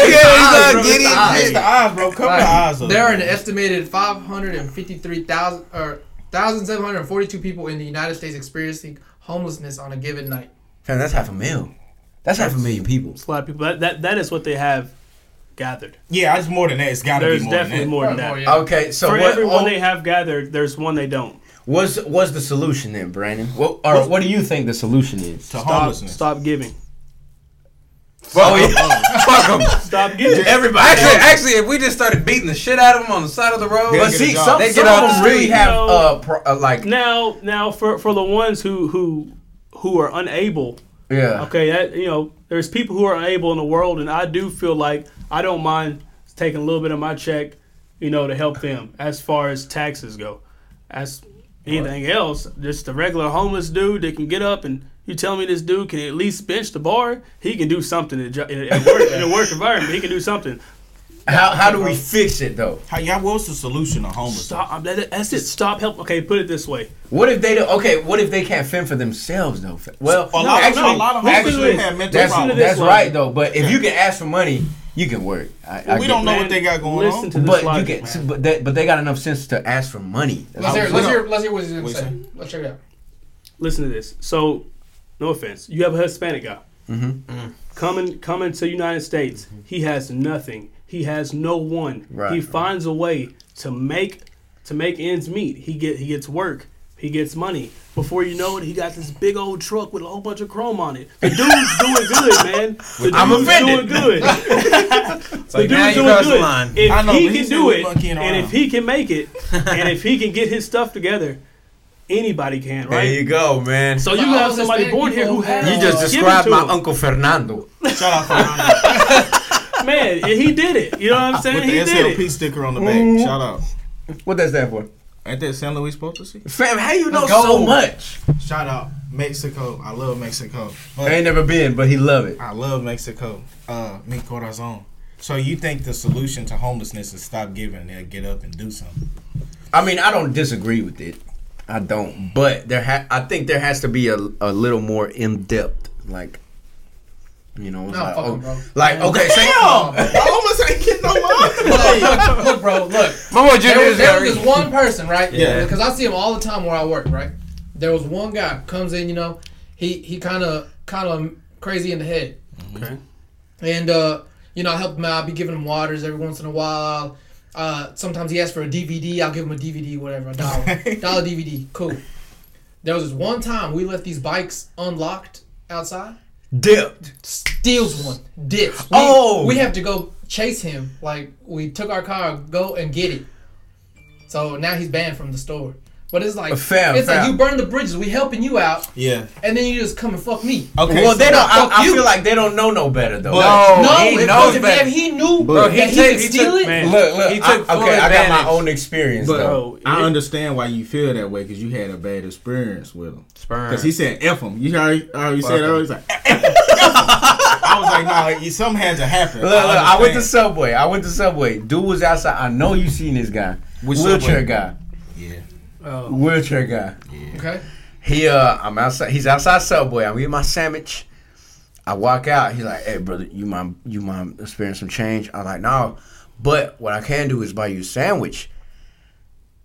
S1: the
S5: him, he's all giddy.
S1: eyes, the eyes, bro. Cover the eyes up.
S3: There are an estimated 553,000 or 1,742 people in the United States experiencing homelessness on a given night.
S2: Man, that's half a mil. That's half a million people.
S4: It's a lot of people. That, that that is what they have gathered.
S1: Yeah, it's more than that. It's gotta
S4: There's
S1: be more than
S4: definitely
S1: that.
S4: more than
S3: Probably more,
S4: that.
S3: yeah.
S2: Okay, so
S4: For
S2: what? oh,
S4: everyone they have gathered, there's one they don't.
S2: what's what's the solution then, Brandon? What or what do you think the solution is?
S1: To
S4: Stop,
S1: homelessness.
S4: stop
S1: *laughs*
S4: giving.
S2: Oh yeah, fuck *laughs* them.
S4: Stop giving.
S2: Everybody.
S5: Actually, actually, if we just started beating the shit out of him on the side of the road,
S2: But
S1: get
S2: see,
S1: a job.
S2: some,
S5: They
S2: some
S5: get off
S2: of
S5: the
S2: them really
S5: street.
S2: have
S4: No.
S2: uh, pro, uh like
S4: Now now for for the ones who who who are unable
S2: yeah.
S4: Okay, that you know, there's people who are unable in the world, and I do feel like I don't mind taking a little bit of my check, you know, to help them as far as taxes go. As anything else, just the regular homeless dude that can get up and you tell me this dude can at least bench the bar, he can do something at, jo- in, at work, in a work environment. He can do something.
S2: How how do we fix it though?
S1: How y'all? What's the solution to homelessness?
S4: Stop. I'm- that- That's it. Stop help. Okay, put it this way.
S2: What if they don't? Okay, what if they can't fend for themselves though? Well,
S1: A lot,
S2: actually,
S1: actually, a lot of
S4: listen to
S1: homeless people
S4: this.
S1: have mental
S2: that's
S4: Listen to
S1: problems.
S4: this
S2: that's
S4: logic.
S2: right though. But if you can ask for money, you can work. I, I
S1: we
S2: get
S1: don't know
S2: that.
S1: what they got going
S4: Listen
S1: on.
S4: to this
S2: But
S4: logic,
S2: you
S4: man.
S2: can. But they, but they got enough sense to ask for money.
S3: Let's hear,
S1: we
S3: let's
S1: don't-
S3: hear, let's hear what he's going to
S1: What
S3: say.
S1: you
S3: Let's check it out.
S4: listen to this. So, no offense, you have a Hispanic guy
S2: Mm-hmm.
S1: Mm.
S4: coming coming to United States. He has nothing. He has no one.
S2: Right,
S4: he
S2: right.
S4: finds a way to make to make ends meet. He get he gets work. He gets money. Before you know it, he got this big old truck with a whole bunch of chrome on it. The
S2: *laughs*
S4: dude's doing good, man. The
S2: I'm
S4: dude's
S2: offended.
S4: doing
S2: *laughs*
S4: good.
S5: it's
S4: The
S5: like, now
S4: dude's
S5: you
S4: doing
S5: crossed the
S4: good.
S5: line.
S4: If
S1: I know,
S4: he
S1: but he
S4: can
S1: said
S4: do
S1: we uh,
S4: it,
S1: monkeying
S4: and
S1: around.
S4: if he can
S1: *laughs*
S4: make it, and if he can get his stuff together, anybody can, right?
S2: go, man.
S4: So you
S3: Like, all
S4: have
S3: those
S4: somebody
S3: Hispanic
S4: born here who
S3: people over there
S4: has.
S3: You just
S4: give it to him.
S2: uncle Fernando.
S1: Shout out *laughs* Fernando
S4: Man, and he did it. You know what I'm saying?
S1: with the
S4: He did
S1: SLP
S4: it.
S1: sticker on the back.
S2: Mhm.
S1: Shout out.
S2: What does that for?
S1: Ain't that San Luis Potosi?
S2: Fam, how you know
S3: Let's go.
S2: so much?
S1: Shout out Mexico. I love Mexico.
S2: I
S1: But
S2: ain't never been, but he love it.
S1: I love Mexico. Uh, mi corazón. So you think the solution to homelessness is stop giving? They'll get up and do something.
S2: I mean, I don't disagree with it. I don't, but there ha- I think there has to be a, a little more in depth, like you know, it's
S3: No,
S2: like,
S3: fuck
S2: oh,
S3: 'em, bro.
S2: like okay, say,
S1: homeless ain't getting no
S2: *laughs*
S1: money.
S3: look, look, bro, look.
S5: My boy
S3: There
S5: Junior
S3: was,
S5: is
S3: there was this one person, right?
S1: Yeah.
S3: Because I see him all the time where I work, right? There was one guy comes in, you know, he he kind of kind of crazy in the head,
S4: Okay.
S3: and uh, you know I help him out. I be giving him waters every once in a while. Uh, sometimes he asks for a DVD. I'll give him a DVD, whatever, a dollar, dollar DVD. Cool. There was this one time we left these bikes unlocked outside,
S2: dipped.
S3: steals one, dips. We,
S2: Oh!
S3: we have to go chase him. Like we took our car, go and get it. So now he's banned from the store. But it's like
S2: Fam,
S3: it's like
S2: fam.
S3: you burn the bridges. We helping you out,
S1: Yeah.
S3: and then you just come and fuck me.
S1: Okay.
S2: well, they don't. I,
S3: fuck
S2: I
S3: you.
S2: feel like they don't know no better though.
S1: But-
S3: no,
S2: Oh, he
S3: if,
S2: knows
S3: if,
S2: better.
S3: if he knew
S1: Bro,
S3: that he,
S2: took-
S3: could steal
S2: took-
S3: it,
S4: man.
S2: Look, look. He took I, full okay, I got my advantage. own experience
S1: But
S2: though.
S4: Bro,
S1: I
S4: it-
S1: understand why you feel that way because you had a bad experience with him.
S2: Sperm.
S1: Because he said F him. You hear how he- how you said
S2: Fuck
S1: earlier? He's like, F him. I was like, nah, it- something had to happen.
S2: Look, look, I went to
S1: understand.
S2: Subway. I went to Subway. Dude was outside. I know you seen this guy.
S1: Which Subway?
S2: Wheelchair guy.
S1: Yeah.
S4: oh,
S2: Wheelchair guy.
S3: okay,
S2: He uh I'm outside he's outside Subway. I'm getting my sandwich. I walk out, he's like, Hey brother, you mind you mind spending some change? I'm like, no. But what I can do is buy you a sandwich.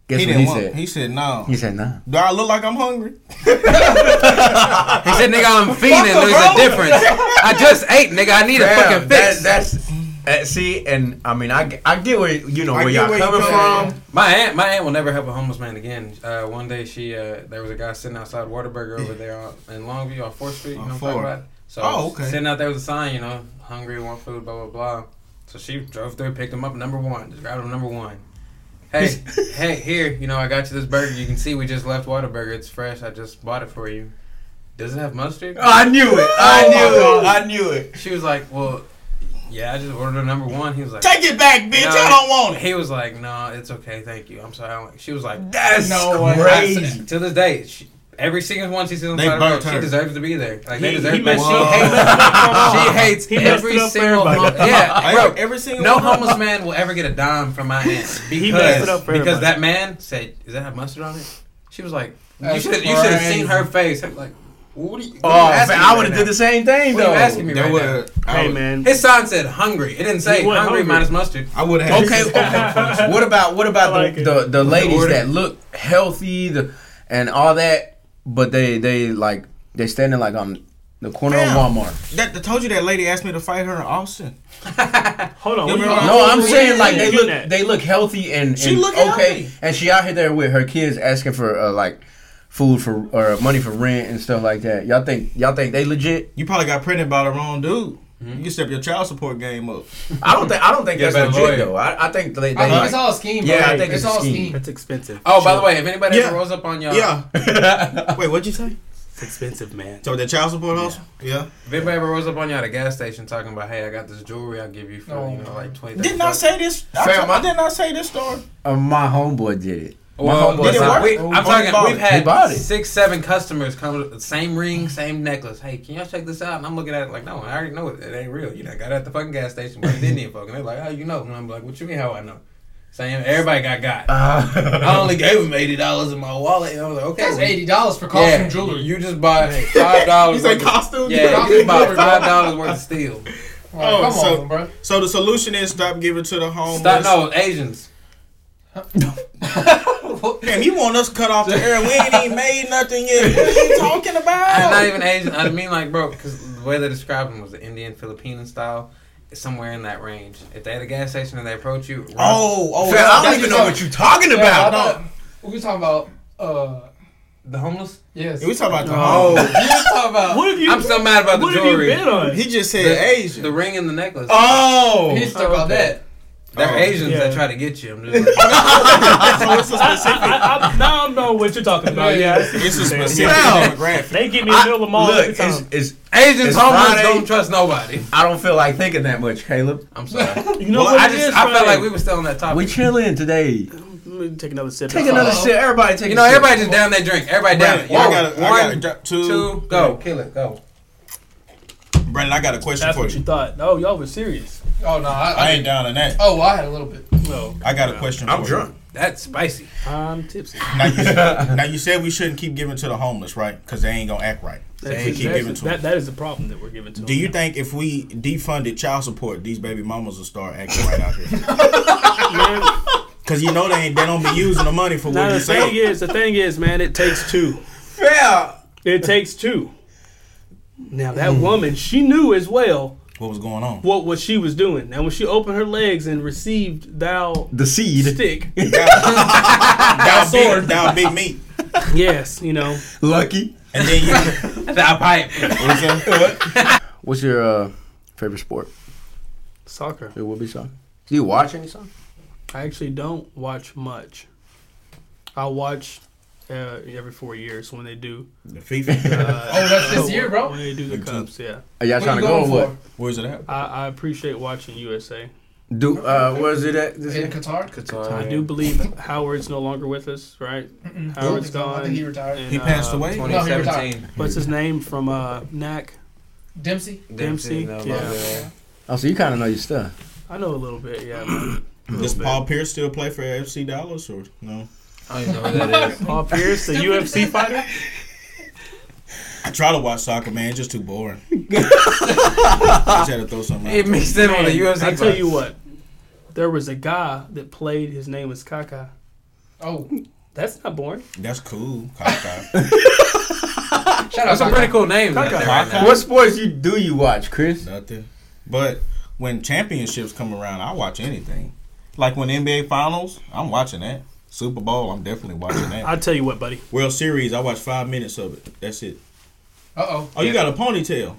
S2: Guess
S1: He
S2: what
S1: didn't
S2: he
S1: want.
S2: said?
S1: He said no.
S2: He said, nah.
S1: Do I look like I'm hungry?
S7: He said, "Nigga, I'm feeding.
S1: Fuck
S7: There's a
S1: bro.
S7: difference. I just ate, nigga. I need a
S2: Fam,
S7: fucking
S2: that-
S7: fix.
S2: that's uh, see, and I mean, I, g- I get where you know
S1: I
S2: where
S1: get
S2: y'all
S1: where you
S2: coming
S1: coming
S2: from.
S7: My aunt,
S5: My aunt will never help a homeless man again. Uh, one day she, uh, there was a guy sitting outside Whataburger over there on, in Longview on Fourth Street. You
S1: On
S5: know what
S1: Ford.
S5: I'm talking about? So
S1: Oh, okay.
S5: Sitting out there with a sign, you know, hungry, want food, blah blah blah. So she drove through, picked him up, number one, just grabbed him number one. Hey,
S1: *laughs*
S5: hey, here, you know, I got you this burger. You can see we just left Whataburger. It's fresh. I just bought it for you. Does it have mustard?
S1: Uh.
S2: I knew it. I knew it. I knew it.
S5: She was like, well, yeah, I just ordered a number one. He was like,
S1: Take it back, bitch.
S5: "No."
S1: I don't want it.
S5: He was like, no, it's okay, thank you. I'm sorry. I don't like-" She was
S4: Mm.
S5: like,
S2: That's
S3: No way.
S2: crazy.
S5: to this day, she, every single one she sees on
S1: They
S5: the side of
S1: burnt
S5: the road,
S1: her.
S5: she deserves to be there. Like
S4: He-
S5: they
S4: he
S5: deserve that.
S4: messed
S5: She
S4: up. *laughs*
S5: hates, she hates
S4: He messed it
S5: every
S4: up for
S5: single hom-
S4: everybody. *laughs*
S5: yeah, bro.
S1: Every, every single
S5: No
S1: one.
S5: homeless man will ever get a dime from my aunt because
S4: He messed it up for
S5: because
S4: everybody.
S5: that man said, "Does that have mustard on it?" She was like, "You
S3: That's
S5: should you should have seen
S3: crazy.
S5: her face." I'm like, what are you? What
S2: Oh,
S5: are you
S2: man,
S5: asking
S2: I
S5: me
S2: would
S5: right
S2: have
S5: now?
S2: did the same thing
S5: What are
S2: though.
S5: you asking me
S1: There
S5: right now?
S1: would've- I
S4: hey
S1: would-
S4: man,
S5: His sign said hungry. It didn't say
S4: He wasn't
S5: hungry,
S4: hungry.
S5: minus mustard.
S1: I would have.
S5: *laughs*
S2: Okay, okay. what about what about
S4: I like
S2: the,
S4: it.
S2: the the ladies
S5: order.
S2: that look healthy the, and all that, but they they like they standing like on the corner
S1: Fam.
S2: of Walmart.
S1: *laughs* That I told you that lady asked me to fight her in Austin.
S4: hold on.
S1: You
S4: we-
S1: remember-
S2: No, I'm
S1: Oh,
S2: saying like
S4: yeah,
S2: they
S4: yeah,
S2: look
S4: yeah.
S2: they look healthy and,
S1: She
S2: and
S1: look
S2: okay,
S1: healthy.
S2: and she out here there with her kids asking for uh, like food for or money for rent and stuff like that. Y'all think y'all think they legit?
S1: You probably got pregnant by the wrong dude. You can step your child support game up.
S2: I don't think I don't think
S5: Yeah,
S2: that's
S5: but a
S2: legit
S5: lawyer.
S2: though. I, I think they, they
S3: I think
S2: like,
S3: it's all a scheme. Bro.
S2: Yeah,
S4: I think
S3: it's,
S2: it's a
S3: all a
S2: scheme.
S3: scheme.
S4: That's expensive.
S5: Oh, by the way, if anybody
S1: Yeah.
S5: ever rolls up on y'all,
S1: *laughs* Wait, what'd you say?
S4: it's expensive, man.
S1: So that child support also? Yeah.
S5: if anybody ever rolls up on y'all at a gas station talking about, hey, I got this jewelry I'll give you for
S3: Oh,
S5: you know
S3: man.
S5: like twenty.
S1: Didn't I say this? I,
S2: Fam,
S1: t- I
S2: I-
S1: didn't I say this story?
S2: uh, my homeboy did it. my
S5: Well,
S2: homeboy
S1: did it
S5: listen,
S1: work?
S2: *laughs*
S5: we,
S1: Oh,
S5: I'm
S1: he bought
S5: talking. We've
S1: it.
S2: He bought
S5: had
S2: it.
S5: six, seven customers come with the same ring, same necklace. Hey, can y'all check this out? And I'm looking at it like, no, I already know it. It ain't real. You know, I got it at the fucking gas station, but it didn't even fucking. They're like, how you know? And I'm like, what you mean? How I know? Same. Everybody got got. I only gave him eighty dollars in my wallet, and I was like, okay,
S3: That's
S5: well,
S3: eighty dollars for costume
S5: yeah,
S3: jewelry.
S5: You just bought
S1: *laughs*
S5: five
S1: You
S5: dollars.
S1: say costume?
S5: Yeah,
S3: jewelry.
S5: you just bought five dollars worth
S1: *laughs*
S5: of steel.
S3: Like,
S1: Oh,
S3: come
S1: so-
S3: on, bro.
S1: So the solution is stop giving to the homeless.
S5: Stop. No, Asians.
S1: Damn, you want us cut off the air? We ain't even made nothing yet. What are *laughs* you talking
S5: *laughs* I'm not
S4: Oh.
S1: about?
S5: even Asian. I mean, like, bro, because the way they described him was the Indian Filipino style, it's somewhere in that range. If they had a gas station and they approach you, rob-
S1: Oh, oh,
S2: Fam, I don't
S1: that's
S2: even
S1: just-
S2: know what you're talking
S3: Yeah, I
S2: about.
S3: thought- we were talking about. Uh,
S5: the homeless.
S3: yes.
S1: We talking about the
S4: Oh.
S1: homeless.
S5: Talk about.
S4: What have you?
S5: I'm so mad about the
S4: what have you
S5: jewelry.
S4: been uh? on?
S1: He just said
S5: The-
S1: Asian.
S5: The ring and the necklace.
S2: Oh,
S3: He's talking about that.
S5: They're
S1: Oh.
S5: Asians
S4: Yeah.
S5: that try to get you.
S4: *laughs*
S5: I'm just like,
S1: so it's a specific.
S4: I, I, now I know what you're talking about. Yeah, I see what
S1: It's a
S4: you're saying.
S1: specific
S2: Fam.
S1: demographic.
S4: They get me in the middle of the mall
S2: look,
S4: every
S2: it's,
S4: time.
S2: it's
S5: Asians,
S2: It's
S5: homeless,
S2: Friday.
S5: don't trust nobody.
S2: I don't feel like thinking that much, Caleb.
S4: *laughs*
S5: I'm sorry.
S4: You know
S5: well,
S4: what
S5: I
S4: it
S5: just
S4: is,
S5: I felt
S4: Friday?
S5: like we were still on that topic.
S2: We chilling today.
S4: Let me take another sip.
S2: Take another
S3: Uh-oh.
S2: sip. Everybody take.
S5: you
S2: a
S5: know,
S2: sip.
S5: everybody just down that drink. Everybody down
S1: Brandon,
S5: it.
S1: I
S5: Yo,
S1: got, a, I got a,
S5: one,
S1: drop- two.
S5: two, go, kill it, go.
S1: Brandon, I got a question
S4: That's
S1: for
S4: what you
S1: you.
S4: thought. Oh, y'all were serious.
S3: Oh no, I, I,
S1: I ain't down on that.
S3: oh, well, I had a little bit.
S4: No,
S1: I got a question
S2: I'm
S1: for
S2: drunk.
S5: That's spicy.
S4: I'm tipsy.
S1: you. Now you,
S2: *laughs*
S1: now you said we shouldn't keep giving to the homeless, right? Because they ain't gonna act right.
S4: That's
S1: they ain't keep
S4: that's-
S1: giving to
S4: that,
S1: them.
S4: that is the problem that we're giving to.
S1: Do you
S4: them.
S1: think if we defunded child support, these baby mamas will start acting right out
S4: *laughs*
S1: here?
S4: Man,
S1: Because you know they ain't, they don't be using the money for what
S4: now
S1: you
S4: the thing
S1: say.
S4: is, the thing is, man, it takes two.
S2: Yeah.
S4: It takes two. Now that
S1: Mm.
S4: woman, she knew as well
S1: What was going on?
S4: what what she was doing. Now when she opened her legs and received thou
S1: *laughs*
S4: *laughs*
S2: The seed.
S4: stick,
S1: Down big, down big meat.
S4: yes, you know.
S5: Lucky.
S1: And then you,
S5: That's our pipe.
S1: what you saying?
S4: *laughs*
S2: What's your uh, favorite sport?
S4: Soccer.
S2: It would be soccer. Do you watch any soccer?
S4: I actually don't watch much. I watch uh, every four years when they do.
S1: The FIFA.
S4: Uh,
S3: Oh, that's this year, bro?
S4: When they do the cups, yeah.
S2: *laughs* Are y'all trying to go or what?
S1: Where's it at?
S4: I, I appreciate watching USA.
S2: Do uh, where's it at? This
S3: In
S2: year?
S3: Qatar?
S1: Oh,
S4: I do believe Howard's no longer with us, right? Howard's
S3: I
S4: gone.
S3: think he retired.
S4: and,
S1: He passed
S4: uh,
S1: away.
S3: No, he retired.
S5: 2017.
S4: What's his name from uh, NAC?
S3: Dempsey?
S4: Dempsey,
S5: no,
S4: yeah.
S5: my bad.
S2: Oh, so you kind of know your stuff.
S4: I know a little bit, yeah. man. A little
S1: Does
S4: bit.
S1: Paul Pierce still play for FC Dallas or no?
S5: I don't even know who that is.
S4: Paul Pierce, the UFC fighter?
S1: I try to watch soccer, man. It's just too boring. I just had to throw something.
S5: *laughs* It
S1: Out.
S5: mixed in on the UFC.
S4: I tell
S5: fight.
S4: you what, there was a guy that played. His name was Kaka.
S3: Oh,
S4: That's not boring.
S1: That's cool. Kaka.
S3: shout out
S5: That's some pretty cool names. out there right now.
S2: What sports you do you watch, Chris?
S1: Nothing. But when championships come around, I watch anything. Like when NBA Finals, I'm watching that. Super Bowl, I'm definitely watching that.
S4: *clears throat* I tell you what, buddy.
S1: World Series, I watch five minutes of it. That's it.
S3: Uh-oh.
S1: Oh, you got a ponytail.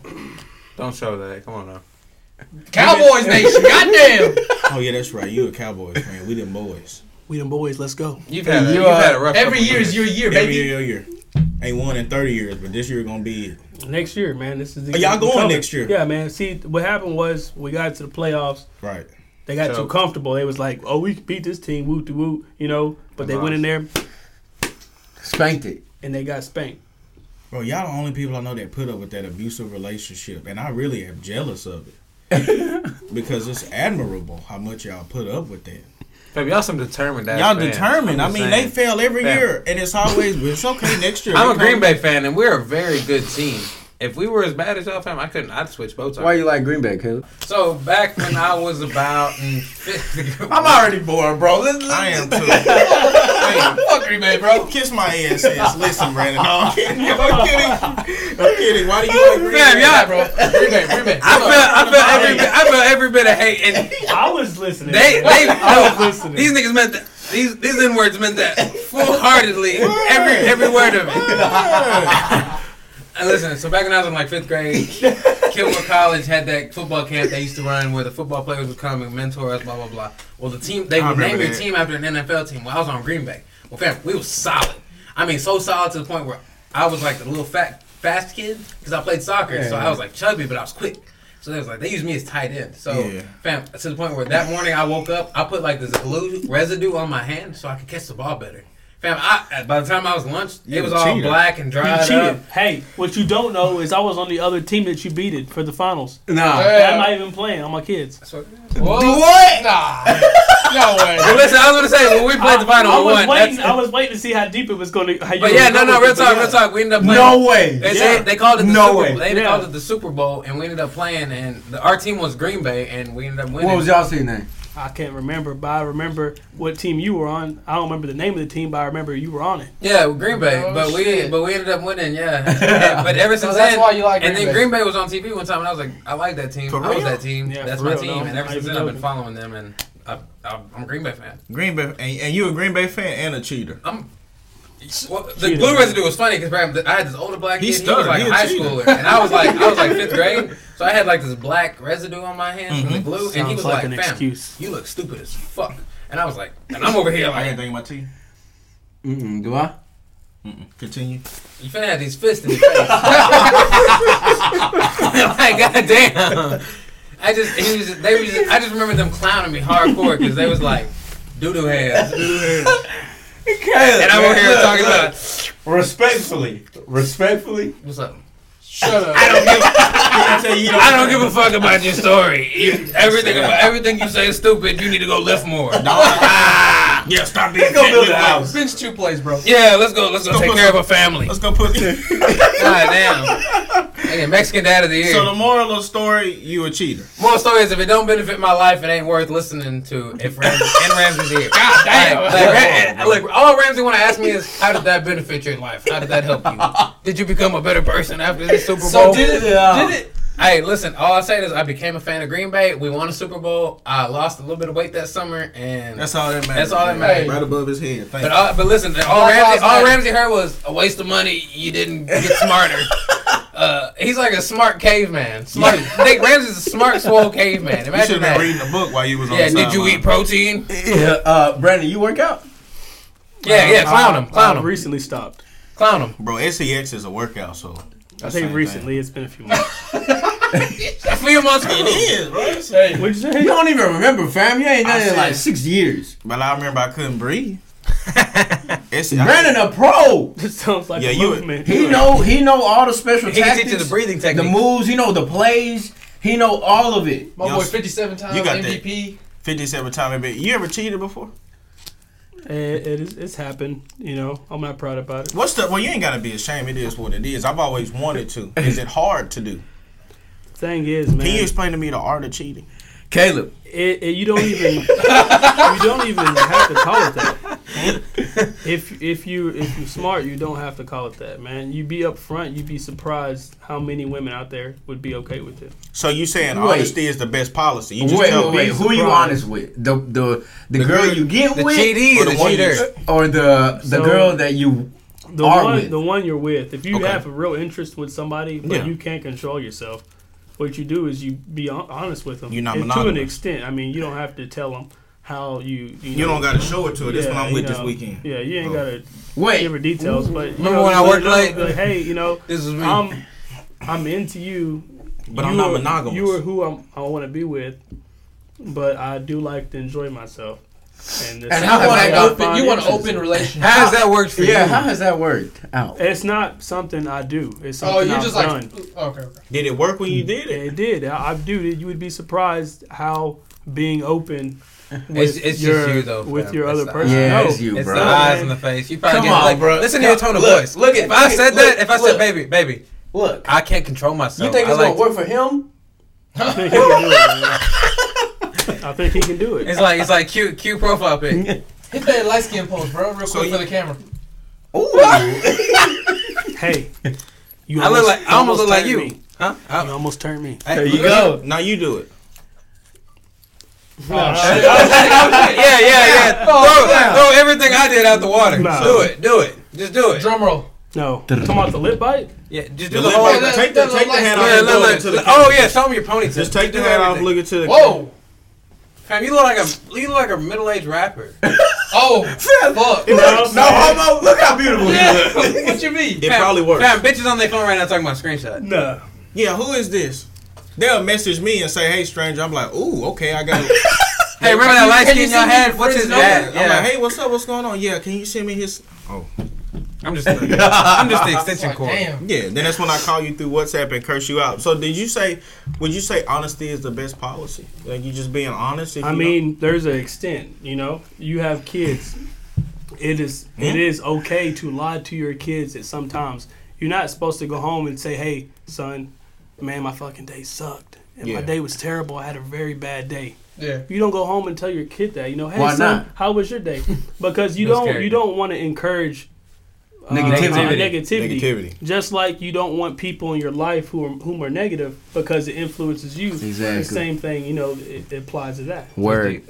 S5: Don't show that. Come on now.
S3: Cowboys Nation, goddamn!
S1: Oh yeah, that's right. You a Cowboys fan? We them boys.
S4: We them boys, let's go.
S5: You've had a,
S2: you
S5: you've
S2: are-
S5: had a rough
S3: Every
S5: couple
S3: year is your year,
S1: Every
S3: baby.
S1: year, year, year. Ain't won in thirty years, but this year gonna be. it.
S4: Next year, man. This is the
S1: Are y'all
S4: we're
S1: going
S4: coming.
S1: next year?
S4: Yeah, man. See, what happened was we got to the playoffs.
S1: Right.
S4: They got
S5: So-
S4: too comfortable. They was like, "Oh, we can beat this team, woo to woo," you know. But they went in there
S2: Spanked it.
S4: and they got spanked.
S1: Bro, y'all the only people I know that put up with that abusive relationship, and I really am jealous *laughs* of it because it's admirable how much y'all put up with that.
S5: Baby, y'all some determined ass
S1: y'all
S5: fans.
S1: determined. I
S5: I'm just
S1: mean, they
S5: saying.
S1: fail every
S5: Fam.
S1: year, and it's always but it's okay next year.
S5: *laughs* I'm a
S1: They
S5: Green
S1: come-
S5: Bay fan, and we're a very good team. If we were as bad as y'all, fam, I couldn't. I'd switch boats.
S2: Why you like Green Bay, Caleb?
S5: So back when I was about, mm, in fifth, *laughs* I'm
S2: already bored, bro.
S1: I *laughs* am too. I
S5: *laughs* fuck Green Bay,
S1: am. Bro, kiss my ass. ass. Listen, Brandon. No, I'm
S5: *laughs*
S1: kidding. *laughs* I'm kidding. I'm kidding. Why do you like Green
S5: Fam,
S1: Bay?
S5: y'all,
S3: Bro, Green Bay, Green Bay.
S5: I felt, I felt every, bit- I felt every bit of hate, and
S4: I was listening. man. *laughs*
S5: they, they,
S4: I was
S5: no,
S4: listening.
S5: these niggas meant that. These, these N words meant that full heartedly, every, every word of it. And listen, so back when I was in like fifth grade, Kilmore College had that football camp they used to run where the football players would come and mentor us, blah blah blah. Well, the team they
S1: I
S5: would name
S1: remember
S5: your
S1: that.
S5: team after an NFL team. Well, I was on Green Bay. Well, fam, we was solid. I mean, so solid to the point where I was like the little fat fast kid because I played soccer, so I was like chubby, but I was quick. So they was like they used me as tight end. So
S1: Yeah.
S5: fam, to the point where that morning I woke up, I put like this glue residue on my hand so I could catch the ball better. Fam, I, by the time I was lunch,
S1: You
S5: it was
S1: a
S5: all
S1: cheater.
S5: black and
S4: You
S5: dried
S4: cheated.
S5: up.
S4: Hey, what you don't know is I was on the other team that you beated for the finals.
S2: Nah.
S4: And I'm
S3: Yeah.
S4: not even playing. I'm my kids.
S5: So,
S3: What? Nah.
S2: *laughs*
S3: No way.
S5: well, listen, I was gonna say when we played the final
S4: I, I was
S5: one.
S4: waiting.
S5: that's-
S4: I was waiting to see how deep it was going to. How you
S5: But
S4: were
S5: yeah, no,
S4: gonna go
S5: no, real
S4: with it,
S5: talk,
S4: but
S5: real
S4: yeah.
S5: talk. We ended up playing.
S2: No way.
S5: They, they- they called it the
S2: No
S5: Super
S2: way.
S5: They
S4: Yeah.
S5: called it the Super Bowl, and we ended up playing, and the, our team was Green Bay, and we ended up winning.
S2: What was y'all saying name?
S4: I can't remember, but I remember what team you were on. I don't remember the name of the team, but I remember you were on it.
S5: Yeah, well, Green Bay,
S3: Oh,
S5: but we
S3: shit.
S5: but we ended up winning.
S2: *laughs*
S5: Yeah, And- but ever
S3: So
S5: since
S3: that's
S5: then,
S3: why you like Green
S5: and then
S3: Bay.
S5: Green Bay was on TV one time, and I was like, I like that team.
S1: For
S5: I was
S1: real?
S5: that team.
S4: Yeah,
S5: That's
S4: for
S5: my
S4: real,
S5: team,
S4: no,
S5: and ever
S4: I
S5: since
S4: even
S5: then, I've been
S4: know.
S5: following them, and I, I, I'm a Green Bay fan.
S1: Green Bay, and, and you a Green Bay fan and a cheater.
S5: I'm. Well, the glue residue was funny because I had this older black kid.
S1: He
S5: He,
S1: stuttered.
S5: was like
S1: He
S5: a
S1: a
S5: high
S1: cheater.
S5: schooler, and I was like, I was like
S4: *laughs*
S5: fifth grade, so I had like this black residue on my hand from the glue, and he
S4: Mm-hmm. Sounds
S5: was
S4: like
S5: like,
S4: an
S5: "Fam,
S4: excuse.
S5: you look stupid as fuck." And I was like, "And I'm over here
S1: I got
S5: like,
S1: anything in my teeth.
S2: Mm-mm, do I?
S1: Continue.
S5: you finna have these fists in your face." *laughs* like, goddamn. I just, he was just, they was just, I just remember them clowning me hardcore because they was like, "Doodoo hands," and I'm over here talking about,
S2: Respectfully. Respectfully.
S5: "What's up?"
S3: Shut up.
S5: I don't give
S3: *laughs*
S1: I tell you, you
S5: I don't give a fuck about your story. You, everything about everything you say is stupid. You need to go lift more.
S1: Yeah, stop being
S2: go build a
S1: fat.
S2: house.
S3: Bench two plays, bro.
S5: Yeah, let's go. Let's go take care of a family. God
S1: Let's go put. *laughs* so
S5: damn. Hey, Mexican dad of the
S1: *laughs*
S5: year.
S1: the moral of the story, you a cheater.
S5: More stories. If it don't benefit my life, it ain't worth listening to. If Ramsey, and Ramsey's here. God damn. Like, like, Ra- eh, look, all Ramsey want to ask me is, how did that benefit your life? How did that help you? Did you become a better person after this Super Bowl?
S3: So did it?
S2: Yeah.
S3: Did it?
S5: Hey, listen. All I say is I became a fan of Green Bay. We won a Super Bowl. I lost a little bit of weight that summer, and
S1: That's all that matters.
S5: That's all that
S1: man.
S5: matters.
S1: Right above his head. Thank
S5: but
S1: you.
S5: all, but listen, all
S3: Black
S5: Ramsey
S3: lives
S5: all
S3: matter.
S5: Ramsey heard was a waste of money. You didn't get *laughs* smarter. Uh, he's like a smart caveman. Smart. Dick Ramsey's a smart, swole caveman.
S1: you should
S5: Imagine
S1: have
S5: that.
S1: been reading a book while you was on
S5: yeah.
S1: the
S5: Did you
S1: sideline.
S5: eat protein?
S2: Yeah, uh, Brandon, you work out?
S5: Yeah. Yeah. Clown him.
S4: I've
S5: Clown him.
S4: recently stopped.
S5: Clown him.
S1: Bro, SEX is a workout, so.
S4: I
S1: that's the
S4: say
S1: same
S4: recently. It's been a few months.
S5: A few months ago.
S1: thing.
S4: *laughs* What'd you
S2: You
S4: *laughs* say?
S2: don't even remember, fam. You ain't done
S1: I
S2: it in like
S1: said-
S2: six years.
S1: But I remember I couldn't
S5: *laughs*
S1: breathe. SEX.
S2: Brandon, a pro.
S4: This sounds like
S1: Yeah,
S4: a
S1: you-
S4: movement.
S2: He know he know all the special
S5: He
S2: tactics,
S5: teaches the breathing
S2: the
S5: technique.
S2: moves. He know the plays. He know all of it.
S3: My
S1: Yo,
S3: boy,
S1: s-
S3: 57 times
S1: you got that.
S3: MVP.
S1: 57 times. You ever cheated before?
S4: It, it is, it's happened. You know, I'm not proud about it.
S1: What's the. Well, you ain't got to be ashamed. It is what it is. I've always wanted to. Is it hard to do?
S4: Thing is, man,
S1: Can you explain to me the art of cheating?
S2: Caleb,
S4: it, it, you don't even *laughs* you don't even have to call it that. If if you if you're smart, you don't have to call it that, man. You be up front, you'd be surprised how many women out there would be okay with it.
S1: So you saying
S2: Wait.
S1: honesty is the best policy? You just
S2: wait,
S1: tell
S2: wait, wait.
S1: me.
S2: Who you honest with? The the the, girl you get
S5: The
S2: with,
S1: Or
S5: cheatee or
S1: the
S5: the
S1: one you-
S5: cheater.
S2: or the the
S4: So-
S2: girl that you
S4: The
S2: Are
S4: one
S2: with.
S4: the one you're with. If you
S1: Okay.
S4: have a real interest with somebody, but
S1: Yeah.
S4: you can't control yourself, what you do is you be hon- honest with them.
S1: You're not
S4: And to an
S1: monogamous.
S4: extent. I mean, you don't have to tell them how you you,
S1: You
S4: know,
S1: don't got to show it to her. That's
S4: yeah,
S1: what I'm with
S4: you
S1: this
S4: know,
S1: weekend. Oh.
S4: Yeah, you ain't
S1: Bro.
S4: gotta
S2: wait.
S4: give her details, but you
S5: Remember
S4: know,
S5: when I
S4: but
S5: worked
S4: no,
S5: late?
S4: Like, hey, you know,
S5: This
S1: Mm.
S5: is me.
S4: I'm I'm into you,
S1: But
S4: You
S1: I'm not
S4: are-
S1: monogamous.
S4: You are who I'm, I want to be with, but I do like to enjoy myself. And,
S2: And
S4: this is
S2: I
S4: something
S2: wanna
S4: that
S2: open-
S4: find
S3: You want an
S4: interesting.
S3: open
S5: *laughs*
S3: relationship.
S5: How does that work for
S2: Yeah,
S5: you?
S2: how has that worked out?
S4: It's not something I do. It's something
S3: Oh, you're
S4: I've
S3: just
S4: *laughs*
S3: like.
S4: done.
S3: Okay, okay.
S1: Did it work when you did
S4: Yeah,
S1: it?
S4: it did. I, I do. You would be surprised how being open
S5: It's,
S4: with
S5: it's
S4: your
S5: just you though.
S4: with
S5: fam.
S4: your
S5: It's
S4: other
S5: the
S4: person.
S2: Yeah,
S4: no,
S2: it's you,
S5: It's
S2: bro.
S5: the eyes in the face. You probably
S2: Come
S5: get
S2: on,
S5: like,
S2: bro.
S5: listen to your tone of
S2: Look,
S5: voice.
S2: look at-
S5: if I said
S2: look,
S5: that, if I
S2: look.
S5: said, baby, baby,
S2: Look,
S5: I can't control myself.
S2: you think
S5: I
S2: it's
S5: like
S2: gonna work for him?
S4: I think he can do it. man. I think he can do it.
S5: It's like it's like cute, cute
S2: *laughs*
S5: profile pic.
S3: Hit that light skin pose, bro, real
S1: So
S3: quick
S1: you-
S3: for the camera.
S2: *laughs* Ooh,
S4: Hey, you
S5: I look like I almost look like
S4: turned
S5: you,
S4: me.
S5: huh?
S4: You
S5: I,
S4: almost turned me.
S5: I-
S2: there you *laughs* go.
S1: Now you do it.
S5: yeah,
S2: *laughs*
S5: yeah, yeah.
S2: down.
S5: Throw, throw everything I did out the water.
S4: No.
S5: Do it, do it, just do it.
S3: Drum roll.
S4: No, talking about the lip bite.
S5: Yeah, just
S1: The
S5: do the
S1: lip
S5: whole.
S1: bite-
S5: Yeah,
S1: Take the
S3: that
S1: take the
S3: look
S1: hat
S3: like-
S1: off. and go
S5: look,
S1: into the
S5: look. Oh
S1: camera.
S5: yeah, show me your ponytail.
S1: Just take the
S5: Do
S1: hat off.
S5: everything.
S1: Look into the. camera.
S3: Whoa.
S5: Fam, you look like a you look like a middle
S2: *laughs*
S5: aged rapper. *laughs*
S3: Oh. fuck.
S1: Look, No homo. Look how beautiful
S5: Yeah.
S1: you look.
S3: what you mean?
S1: It
S5: Fam,
S1: probably works.
S5: Fam, bitches on their phone right now talking about screenshot.
S4: No.
S1: Yeah. Who is this? They'll message me and say, "Hey, stranger." I'm like, "Ooh, okay, I got it."
S5: Hey, remember that light
S3: Can you send
S5: skin
S3: me
S5: y'all
S3: your
S5: had? What's his
S3: friend's
S5: name?
S3: number?
S5: *laughs* Yeah,
S1: I'm like, "Hey, what's up? What's going on? Yeah, can you send me his?" Oh,
S5: I'm
S1: *laughs*
S5: just, I'm just the extension
S3: Like,
S5: cord.
S3: damn.
S1: yeah. Then that's when I call you through WhatsApp and curse you out. So, did you say? Would you say honesty is the best policy? Like you just being honest. If
S4: I
S1: you don't-
S4: mean, there's an extent, you know. You have kids. It is it is okay to lie to your kids at some times. You're not supposed to go home and say, "Hey, son, man, my fucking day sucked. And
S1: Yeah.
S4: My day was terrible. I had a very bad day."
S3: Yeah.
S4: You don't go home and tell your kid that. You know, "Hey,
S2: Why
S4: son,
S2: not?
S4: how was your day?" Because you
S5: It was
S4: don't
S5: scary.
S4: you don't want to encourage uh,
S2: Negativity.
S4: uh, negativity.
S1: Negativity.
S4: Just like you don't want people in your life who are whom are negative because it influences you.
S2: Exactly.
S4: The same thing, you know, it, it applies to that.
S2: Word.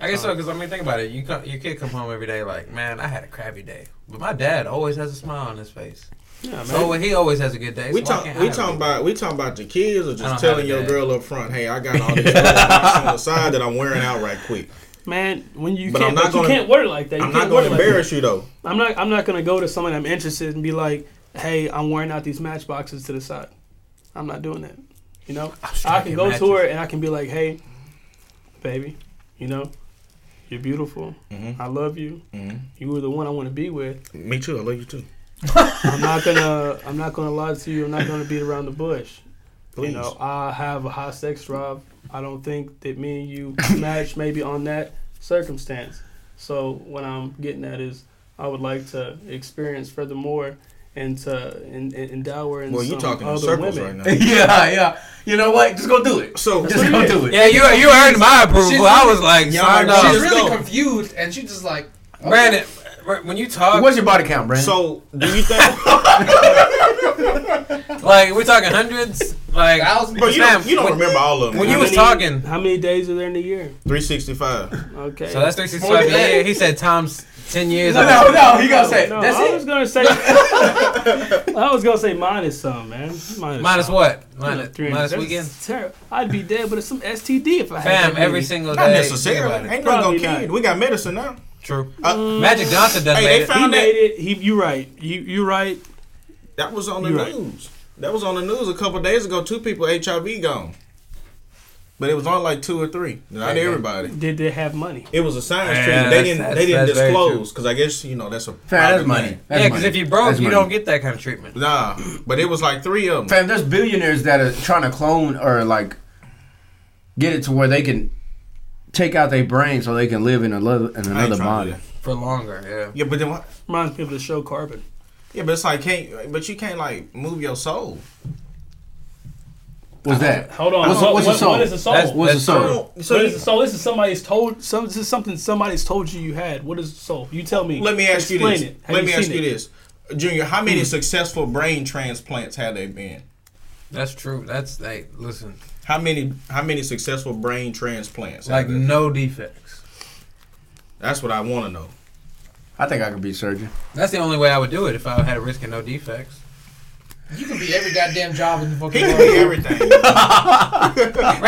S5: I guess so, because I mean, think about it. You come, your kid come home every day like, man, I had a crappy day, but my dad always has a smile on his face.
S4: Yeah, man.
S5: So he always has a good day.
S1: We
S5: so why
S1: talk,
S5: can't I
S1: we
S5: have
S1: talking
S5: it?
S1: about we talking about the kids or
S5: I
S1: just
S5: don't
S1: telling
S5: have
S1: your
S5: that.
S1: girl up front, hey, I got all these little rocks on the side that I'm wearing out right quick.
S4: Man, when you
S1: But
S4: can't,
S1: I'm not
S4: but you
S1: gonna-
S4: can't word it like that. You
S1: I'm not
S4: can't
S1: going to
S4: word it like
S1: embarrass you though.
S4: that. I'm not. I'm not gonna go to someone I'm interested in and be like, "Hey, I'm wearing out these matchboxes to the side." I'm not doing that. You know, I can
S5: striking
S4: go to
S5: matches.
S4: her and I can be like, "Hey, baby, you know, you're beautiful. I love you. You were the one I want to be with.
S1: Mm-hmm. Me too. I love you too.
S4: I'm not gonna. I'm not gonna lie to you. I'm not gonna beat around the bush.
S1: Please.
S4: You know, I have a high sex drive. I don't think that me and you
S1: *laughs*
S4: match maybe on that circumstance. So what I'm getting at is I would like to experience furthermore and to en- en- endow her in
S1: well,
S4: some
S1: you talking in
S4: other
S1: circles
S4: women.
S1: right now.
S2: *laughs* yeah, yeah. You know what? Just go do it.
S1: So
S2: Just go do it.
S5: Yeah, you you earned my approval.
S3: She's-
S5: I was like,
S1: Y'all
S5: signed
S1: are-
S5: up.
S1: she's-
S3: She's
S1: let's
S3: really
S1: go.
S3: confused, and she just like,
S5: Brandon, Brandon, when you talk,
S2: What's your body count,
S1: *laughs*
S2: Brandon?
S1: so do you think
S5: like we're talking hundreds. Like,
S8: Thousand?
S1: Bro, you don't,
S5: Fam,
S1: you don't
S5: when-
S1: remember all of them.
S5: when
S4: How
S5: you was
S4: many-
S5: talking-
S4: How many days are there in a year?
S1: 365.
S4: Okay.
S5: so that's
S8: More
S5: 365
S8: than that.
S5: Yeah, He said times 10 years.
S8: No, no, no. He gonna say
S4: No,
S8: that's
S4: I
S8: it.
S4: was gonna say. *laughs* I was gonna say minus some, man. Minus,
S5: Minus
S4: some.
S5: what?
S4: You know,
S5: Minus,
S4: 300.
S5: minus
S4: That's
S5: weekend?
S4: Terrible. I'd be dead, but it's some STD if I had
S5: Fam,
S4: that
S5: every
S4: many.
S5: single day.
S1: Not
S5: think about
S1: necessarily.
S5: it.
S1: Ain't nothing gonna
S4: Probably
S1: kill
S4: not.
S1: you. We got medicine now.
S5: True.
S1: Uh,
S5: Magic Johnson done
S1: Hey, they
S5: made it.
S1: found-
S4: He
S1: that-
S4: made it. He, you right. You you right.
S1: That was on the
S4: You're right.
S1: news. That was on the news a couple days ago. Two people HIV gone, but it was on like two or three. Not
S5: Yeah, yeah.
S1: everybody.
S4: Did they have money?
S1: It was a science
S5: Yeah,
S1: treatment. They
S5: that's-
S1: didn't. They
S5: that's-
S1: didn't
S5: that's very
S1: disclose because I guess you know that's a
S2: Fam,
S1: private
S2: that's money.
S1: thing.
S2: That's
S5: yeah, because
S2: money.
S5: if you broke,
S2: That's
S5: you
S2: money.
S5: don't get that kind of treatment.
S1: Nah, but it was like three of them.
S2: Fam, there's billionaires that are trying to clone or like get it to where they can take out their brain so they can live in, a lo- in
S1: I ain't trying
S2: another
S1: to
S2: body.
S1: do that.
S5: For longer, yeah.
S1: Yeah, but then what?
S4: Reminds me of the show Carbon.
S1: Yeah, but it's like can't. But you can't like move your soul.
S2: What's that?
S4: Hold on.
S2: What's,
S4: what,
S2: what's
S4: what,
S2: the soul?
S4: what is the soul?
S5: That's-
S2: What's the soul?
S1: So,
S4: so
S1: so
S4: what is
S1: you-
S4: the soul? This is somebody's told. Some this is something somebody's told you you had. What is the soul? You tell me.
S1: let me ask you
S4: Explain
S1: this.
S4: It. Have
S1: Let me ask
S4: seen
S1: you
S4: it?
S1: this, Junior. How
S5: Hmm.
S1: many successful brain transplants have they been?
S5: That's true. That's, like, listen,
S1: How many? How many successful brain transplants? have
S5: like
S1: there-
S5: no defects.
S1: That's what I want to know.
S2: I think I could be a surgeon.
S5: That's the only way I would do it if I had a risk and no defects.
S3: You could be every goddamn job in the
S1: He
S3: fucking
S1: can
S3: world.
S1: be everything.
S5: Randy,
S1: I
S5: bro,
S1: got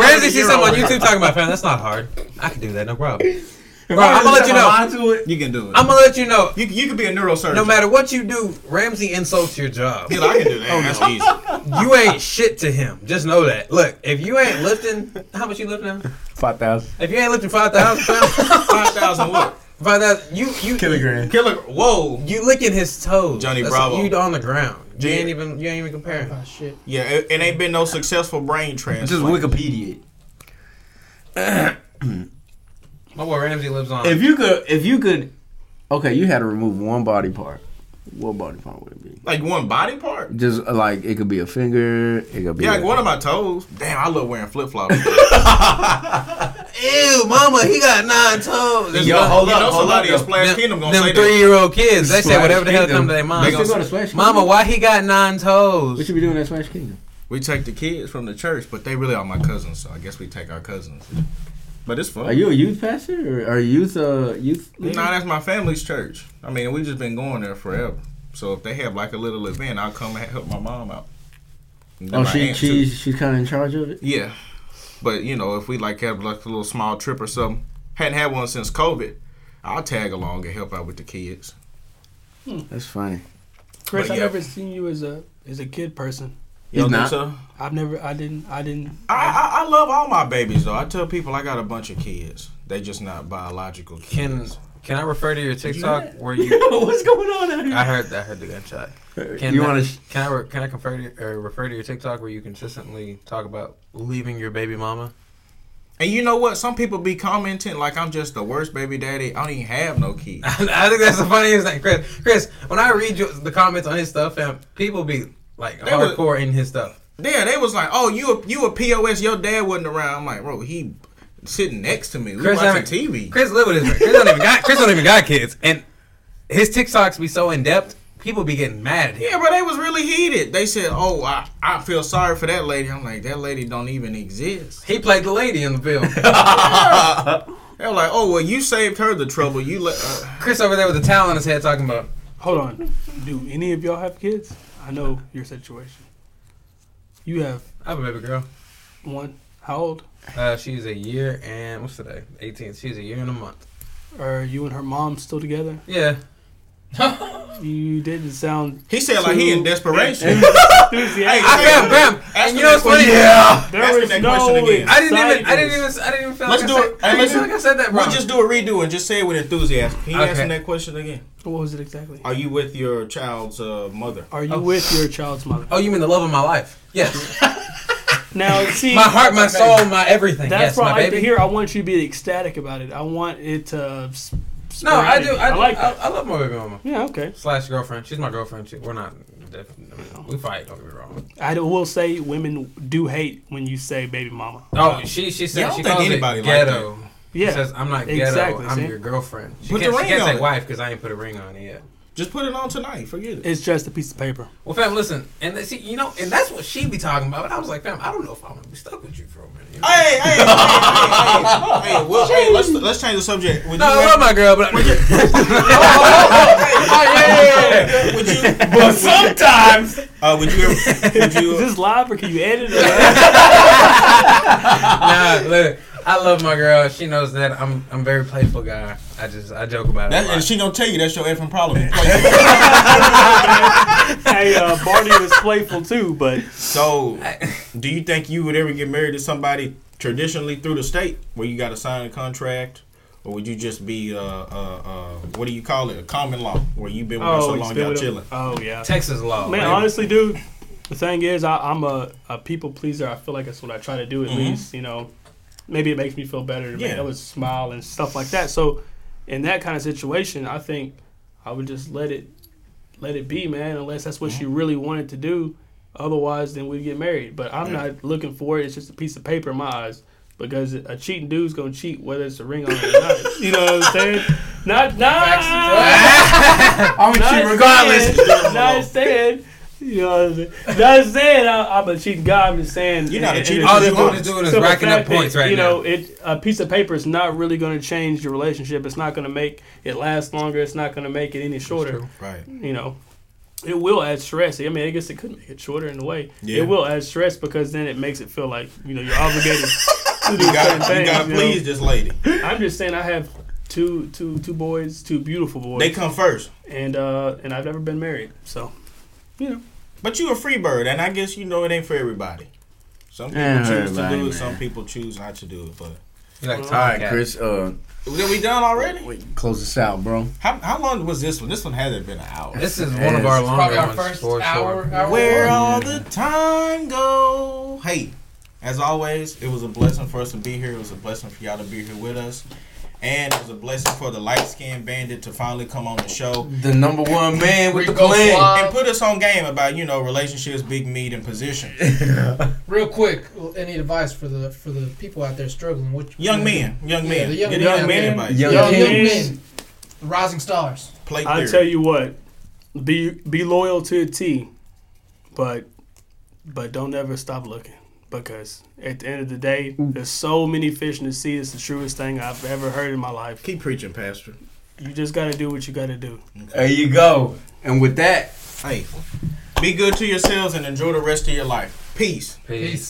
S5: Ramsey
S1: the
S5: sees
S1: euro
S5: something on
S1: right
S5: YouTube talking about, fam, that's not hard. I can do that, no
S1: *laughs*
S5: problem. Bro, I'm gonna let you know.
S1: You can do it.
S5: I'm gonna let you know.
S1: you, you could be a neurosurgeon.
S5: No matter Oh, what you do, Ramsey insults your job.
S1: He's like, I can do that. That's easy.
S5: You ain't shit to him. Just know that. Look, if you ain't lifting, how much you lifting? Now?
S2: Five thousand.
S5: If you ain't lifting five thousand pounds,
S1: *laughs* Five thousand what?
S5: five thousand, you you
S2: Kilogram.
S1: Killer. Whoa.
S5: you licking his toes.
S1: Johnny
S5: That's-
S1: Bravo.
S5: You on the ground. You
S1: Yeah.
S5: ain't even you ain't even comparing.
S3: Oh, shit.
S1: Yeah, it, it ain't been no successful brain
S2: It's just
S1: transplant.
S2: Wikipedia.
S5: My boy Ramsey lives on.
S2: If you could, if you could, okay, you had to remove one body part. What body part would it be?
S1: Like one body part.
S2: Just uh, like it could be a finger. It could be.
S1: Yeah,
S2: a-
S1: like one of my toes. Damn, I love wearing flip flops.
S5: Ew, mama, he got nine toes.
S1: Yo, hold up, hold up. Them-
S5: Them,
S1: Splash Kingdom gonna say
S5: them
S1: that.
S5: three year old kids, they say
S2: Splash
S5: whatever the hell
S2: Kingdom.
S5: come to their
S2: They
S5: mind.
S2: still go to Smash Kingdom?
S5: Mama, why he got nine
S2: We
S5: toes?
S2: should be doing that Smash Kingdom.
S1: we take the kids from the church, but they really are my cousins, so I guess we take our cousins. But it's fun.
S2: Are you a youth pastor or are you youth uh youth?
S1: Nah,
S2: leader?
S1: that's my family's church. I mean, we just been going there forever. So if they have like a little event, I'll come and help my mom out. And then
S2: Oh,
S1: my
S2: she
S1: aunt, too.
S2: she's she's kind of in charge of it.
S1: Yeah, but you know, if we like have like a little small trip or something, hadn't had one since COVID, I'll tag along and help out with the kids.
S2: That's funny.
S4: Chris,
S1: But
S4: I've
S1: yeah.
S4: never seen you as a as a kid person.
S1: You
S2: He's
S1: don't
S2: not.
S1: think so?
S4: I've never. I didn't. I didn't.
S1: I, I I love all my babies though. I tell people I got a bunch of kids. They just not biological kids.
S5: Can can I refer to your TikTok where you?
S4: What's going on out
S5: I heard I heard the gunshot. Can
S2: you
S5: I-
S2: want to?
S5: Can I re- can I confer to, your- or refer to your TikTok where you consistently talk about leaving your baby mama?
S1: And you know what? Some people be commenting like I'm just the worst baby daddy. I don't even have no
S5: *laughs*
S1: kids.
S5: I think that's the funniest thing, Chris. Chris, when I read your, the comments on his stuff, and people be like
S1: They were-
S5: hardcore in his stuff.
S1: Yeah, they was like, "Oh, you a, you a pos? Your dad wasn't around." I'm like, "Bro, he sitting next to me. We
S5: Chris
S1: watching
S5: haven't-
S1: TV."
S5: Chris live with his. Chris don't even got. Chris don't even got kids, and his TikToks be so in depth. People be getting mad at him.
S1: Yeah, but they was really heated. They said, "Oh, I, I feel sorry for that lady." I'm like, "That lady don't even exist."
S5: He played the lady in the film.
S1: *laughs* They're like, "Oh, well, you saved her the trouble. You let." Uh,
S5: Chris over there with the towel on his head talking about.
S4: Hold on. Do any of y'all have kids? I know your situation. You have
S5: I have a baby girl.
S4: one. How old
S5: Uh, she's a year and what's today? 18. She's a year and a month.
S4: are you and her mom still together?
S5: Yeah.
S4: You didn't sound
S1: he said like he in desperation.
S4: enthusiastic.
S5: I fam, fam.
S1: Ask
S5: And you
S1: him
S5: know what's
S1: that
S5: funny?
S1: question.
S4: There
S1: Ask
S4: was
S1: me that
S4: no.
S1: question again.
S5: I didn't even. I didn't even. I didn't even feel
S1: Let's
S5: like
S1: do
S5: I said,
S1: it.
S5: I
S1: Hey,
S5: didn't
S1: let's
S5: feel
S1: do-
S5: like I said that
S1: we
S5: wrong.
S1: just do a redo and just say it with enthusiasm. Can you
S5: Okay.
S1: ask him that question again?
S4: What was it exactly?
S1: Are you with your child's uh, mother?
S4: Are you with your child's mother?
S5: oh, you mean the love of my life? Yes.
S4: *laughs* Now, see,
S5: my heart, my soul, my everything.
S4: that's
S5: yes,
S4: what I
S5: my
S4: like
S5: baby.
S4: to hear. I want you to be ecstatic about it. I want it to. uh, s-
S5: No, I do.
S4: spread.
S5: I, do.
S4: like
S5: I,
S4: that.
S5: I love my baby mama.
S4: yeah, okay.
S5: Slash girlfriend. She's my girlfriend. She, we're not. We fight. Don't get me wrong.
S4: I do- will say women do hate when you say baby mama.
S5: Oh, she she said
S1: Yeah, I don't
S5: she
S1: think
S5: calls it
S1: anybody like
S5: ghetto.
S4: Yeah.
S5: She says I'm not ghetto.
S4: Exactly,
S5: I'm
S4: see?
S5: your girlfriend. She
S1: Put the
S5: can't, she
S1: ring
S5: can't
S1: on
S5: say
S1: it.
S5: wife because I ain't put a ring on it yet.
S1: Just put it on tonight. Forget it.
S4: It's just a piece of
S5: *laughs*
S4: paper.
S7: Well, fam, listen, and they see, you know, and that's what she be talking about. But I was like, fam, I don't know if I'm gonna be stuck with you for a minute. You know?
S1: Hey, hey, hey, hey, hey, hey, hey, well, hey, let's let's change the subject. Would
S7: No, I
S1: you
S7: love my girl, but
S1: ever, would you, but
S2: sometimes
S1: uh, would you ever, would
S4: Is *laughs*
S1: you,
S4: this live or can you edit
S5: *laughs*
S4: it?
S7: nah, look, I love my girl. She knows that I'm I'm a very playful guy. I just I joke about it.
S1: that,
S7: a lot.
S1: and she gonna tell you that's your effing problem.
S4: hey, uh, Barney was playful too, but
S1: so, do you think you would ever get married to somebody traditionally through the state where you got to sign a contract? Or would you just be uh, uh, uh, what do you call it? A common law where you've
S5: Oh,
S1: been with her so
S4: he's
S1: long,
S4: been
S1: y'all
S4: with him.
S1: chilling.
S4: Oh yeah.
S7: Texas law.
S4: Man,
S7: right?
S4: honestly, dude, the thing is, I, I'm a, a people pleaser. I feel like that's what I try to do at least. You know, maybe it makes me feel better to make
S1: Yeah.
S4: others smile and stuff like that. So, in that kind of situation, I think I would just let it let it be, man. Unless that's what she really wanted to do. Otherwise, then we'd get married. But I'm not looking for it. It's just a piece of paper in my eyes. Because a cheating dude's gonna cheat whether it's a ring on it or not. you know what I'm saying? Not,
S3: Ah!
S4: not.
S2: I'm with you regardless.
S4: Saying, *laughs* not saying, you know what I'm saying? Not saying I, I'm a cheating guy. I'm just saying.
S1: You're not a
S4: and-
S1: cheater,
S4: and
S7: All
S1: you
S7: this
S1: Simple
S7: dude is doing is
S4: simple
S7: racking up
S4: fact that,
S7: points right
S4: you know,
S7: now.
S4: it a piece of paper is not really going to change your relationship. It's not going to make it last longer. It's not going to make it any shorter.
S1: Right.
S4: You know, it will add stress. I mean, I guess it could make it shorter in a way.
S1: Yeah.
S4: It will add stress because then it makes it feel like you know you're
S1: *laughs*
S4: obligated to do
S1: You
S4: certain
S1: gotta, you
S4: things.
S1: gotta
S4: you know?
S1: please this lady.
S4: I'm just saying, I have two two two boys, two beautiful boys
S1: They come first.
S4: and uh and I've never been married, so you know.
S1: But you a free bird, and I guess you know it ain't for everybody. Some people
S2: Yeah,
S1: choose to
S2: everybody,
S1: do it.
S2: man.
S1: Some people choose not to do it. But
S7: You like
S4: All
S2: All right,
S7: Tomcat.
S2: Chris. Uh,
S1: Then we done already?
S2: wait, close this out, bro.
S1: How, how long was this one? This one hasn't been an hour.
S7: This is one of our longer
S5: Probably our
S7: ones.
S5: first
S7: for
S5: hour.
S7: Sure.
S5: hour
S1: Where
S5: one.
S1: all the time go? Hey, as always, it was a blessing for us to be here. It was a blessing for y'all to be here with us. And it was a blessing for the light skinned bandit to finally come on the show
S2: The number one man with the
S3: Rico
S2: plan.
S3: Fly.
S1: and put us on game about, you know, relationships, big meat, and position.
S3: Real quick, any advice for the for the people out there struggling? Which
S1: Young men, young
S3: Yeah,
S1: men.
S3: the young
S1: Get a
S3: men
S1: young
S3: out
S1: man
S3: there.
S1: advice.
S2: Young
S3: young,
S2: kings.
S3: young men, the rising stars.
S1: Play
S4: I
S1: theory.
S4: tell you what, be be loyal to a T, but but don't ever stop looking because at the end of the day, there's so many fish in the sea. It's the truest thing I've ever heard in my life.
S1: Keep preaching, Pastor.
S4: You just got to do what you got to do.
S2: There you go. And with that.
S1: Hey, be good to yourselves and enjoy the rest of your life. Peace.
S7: Peace.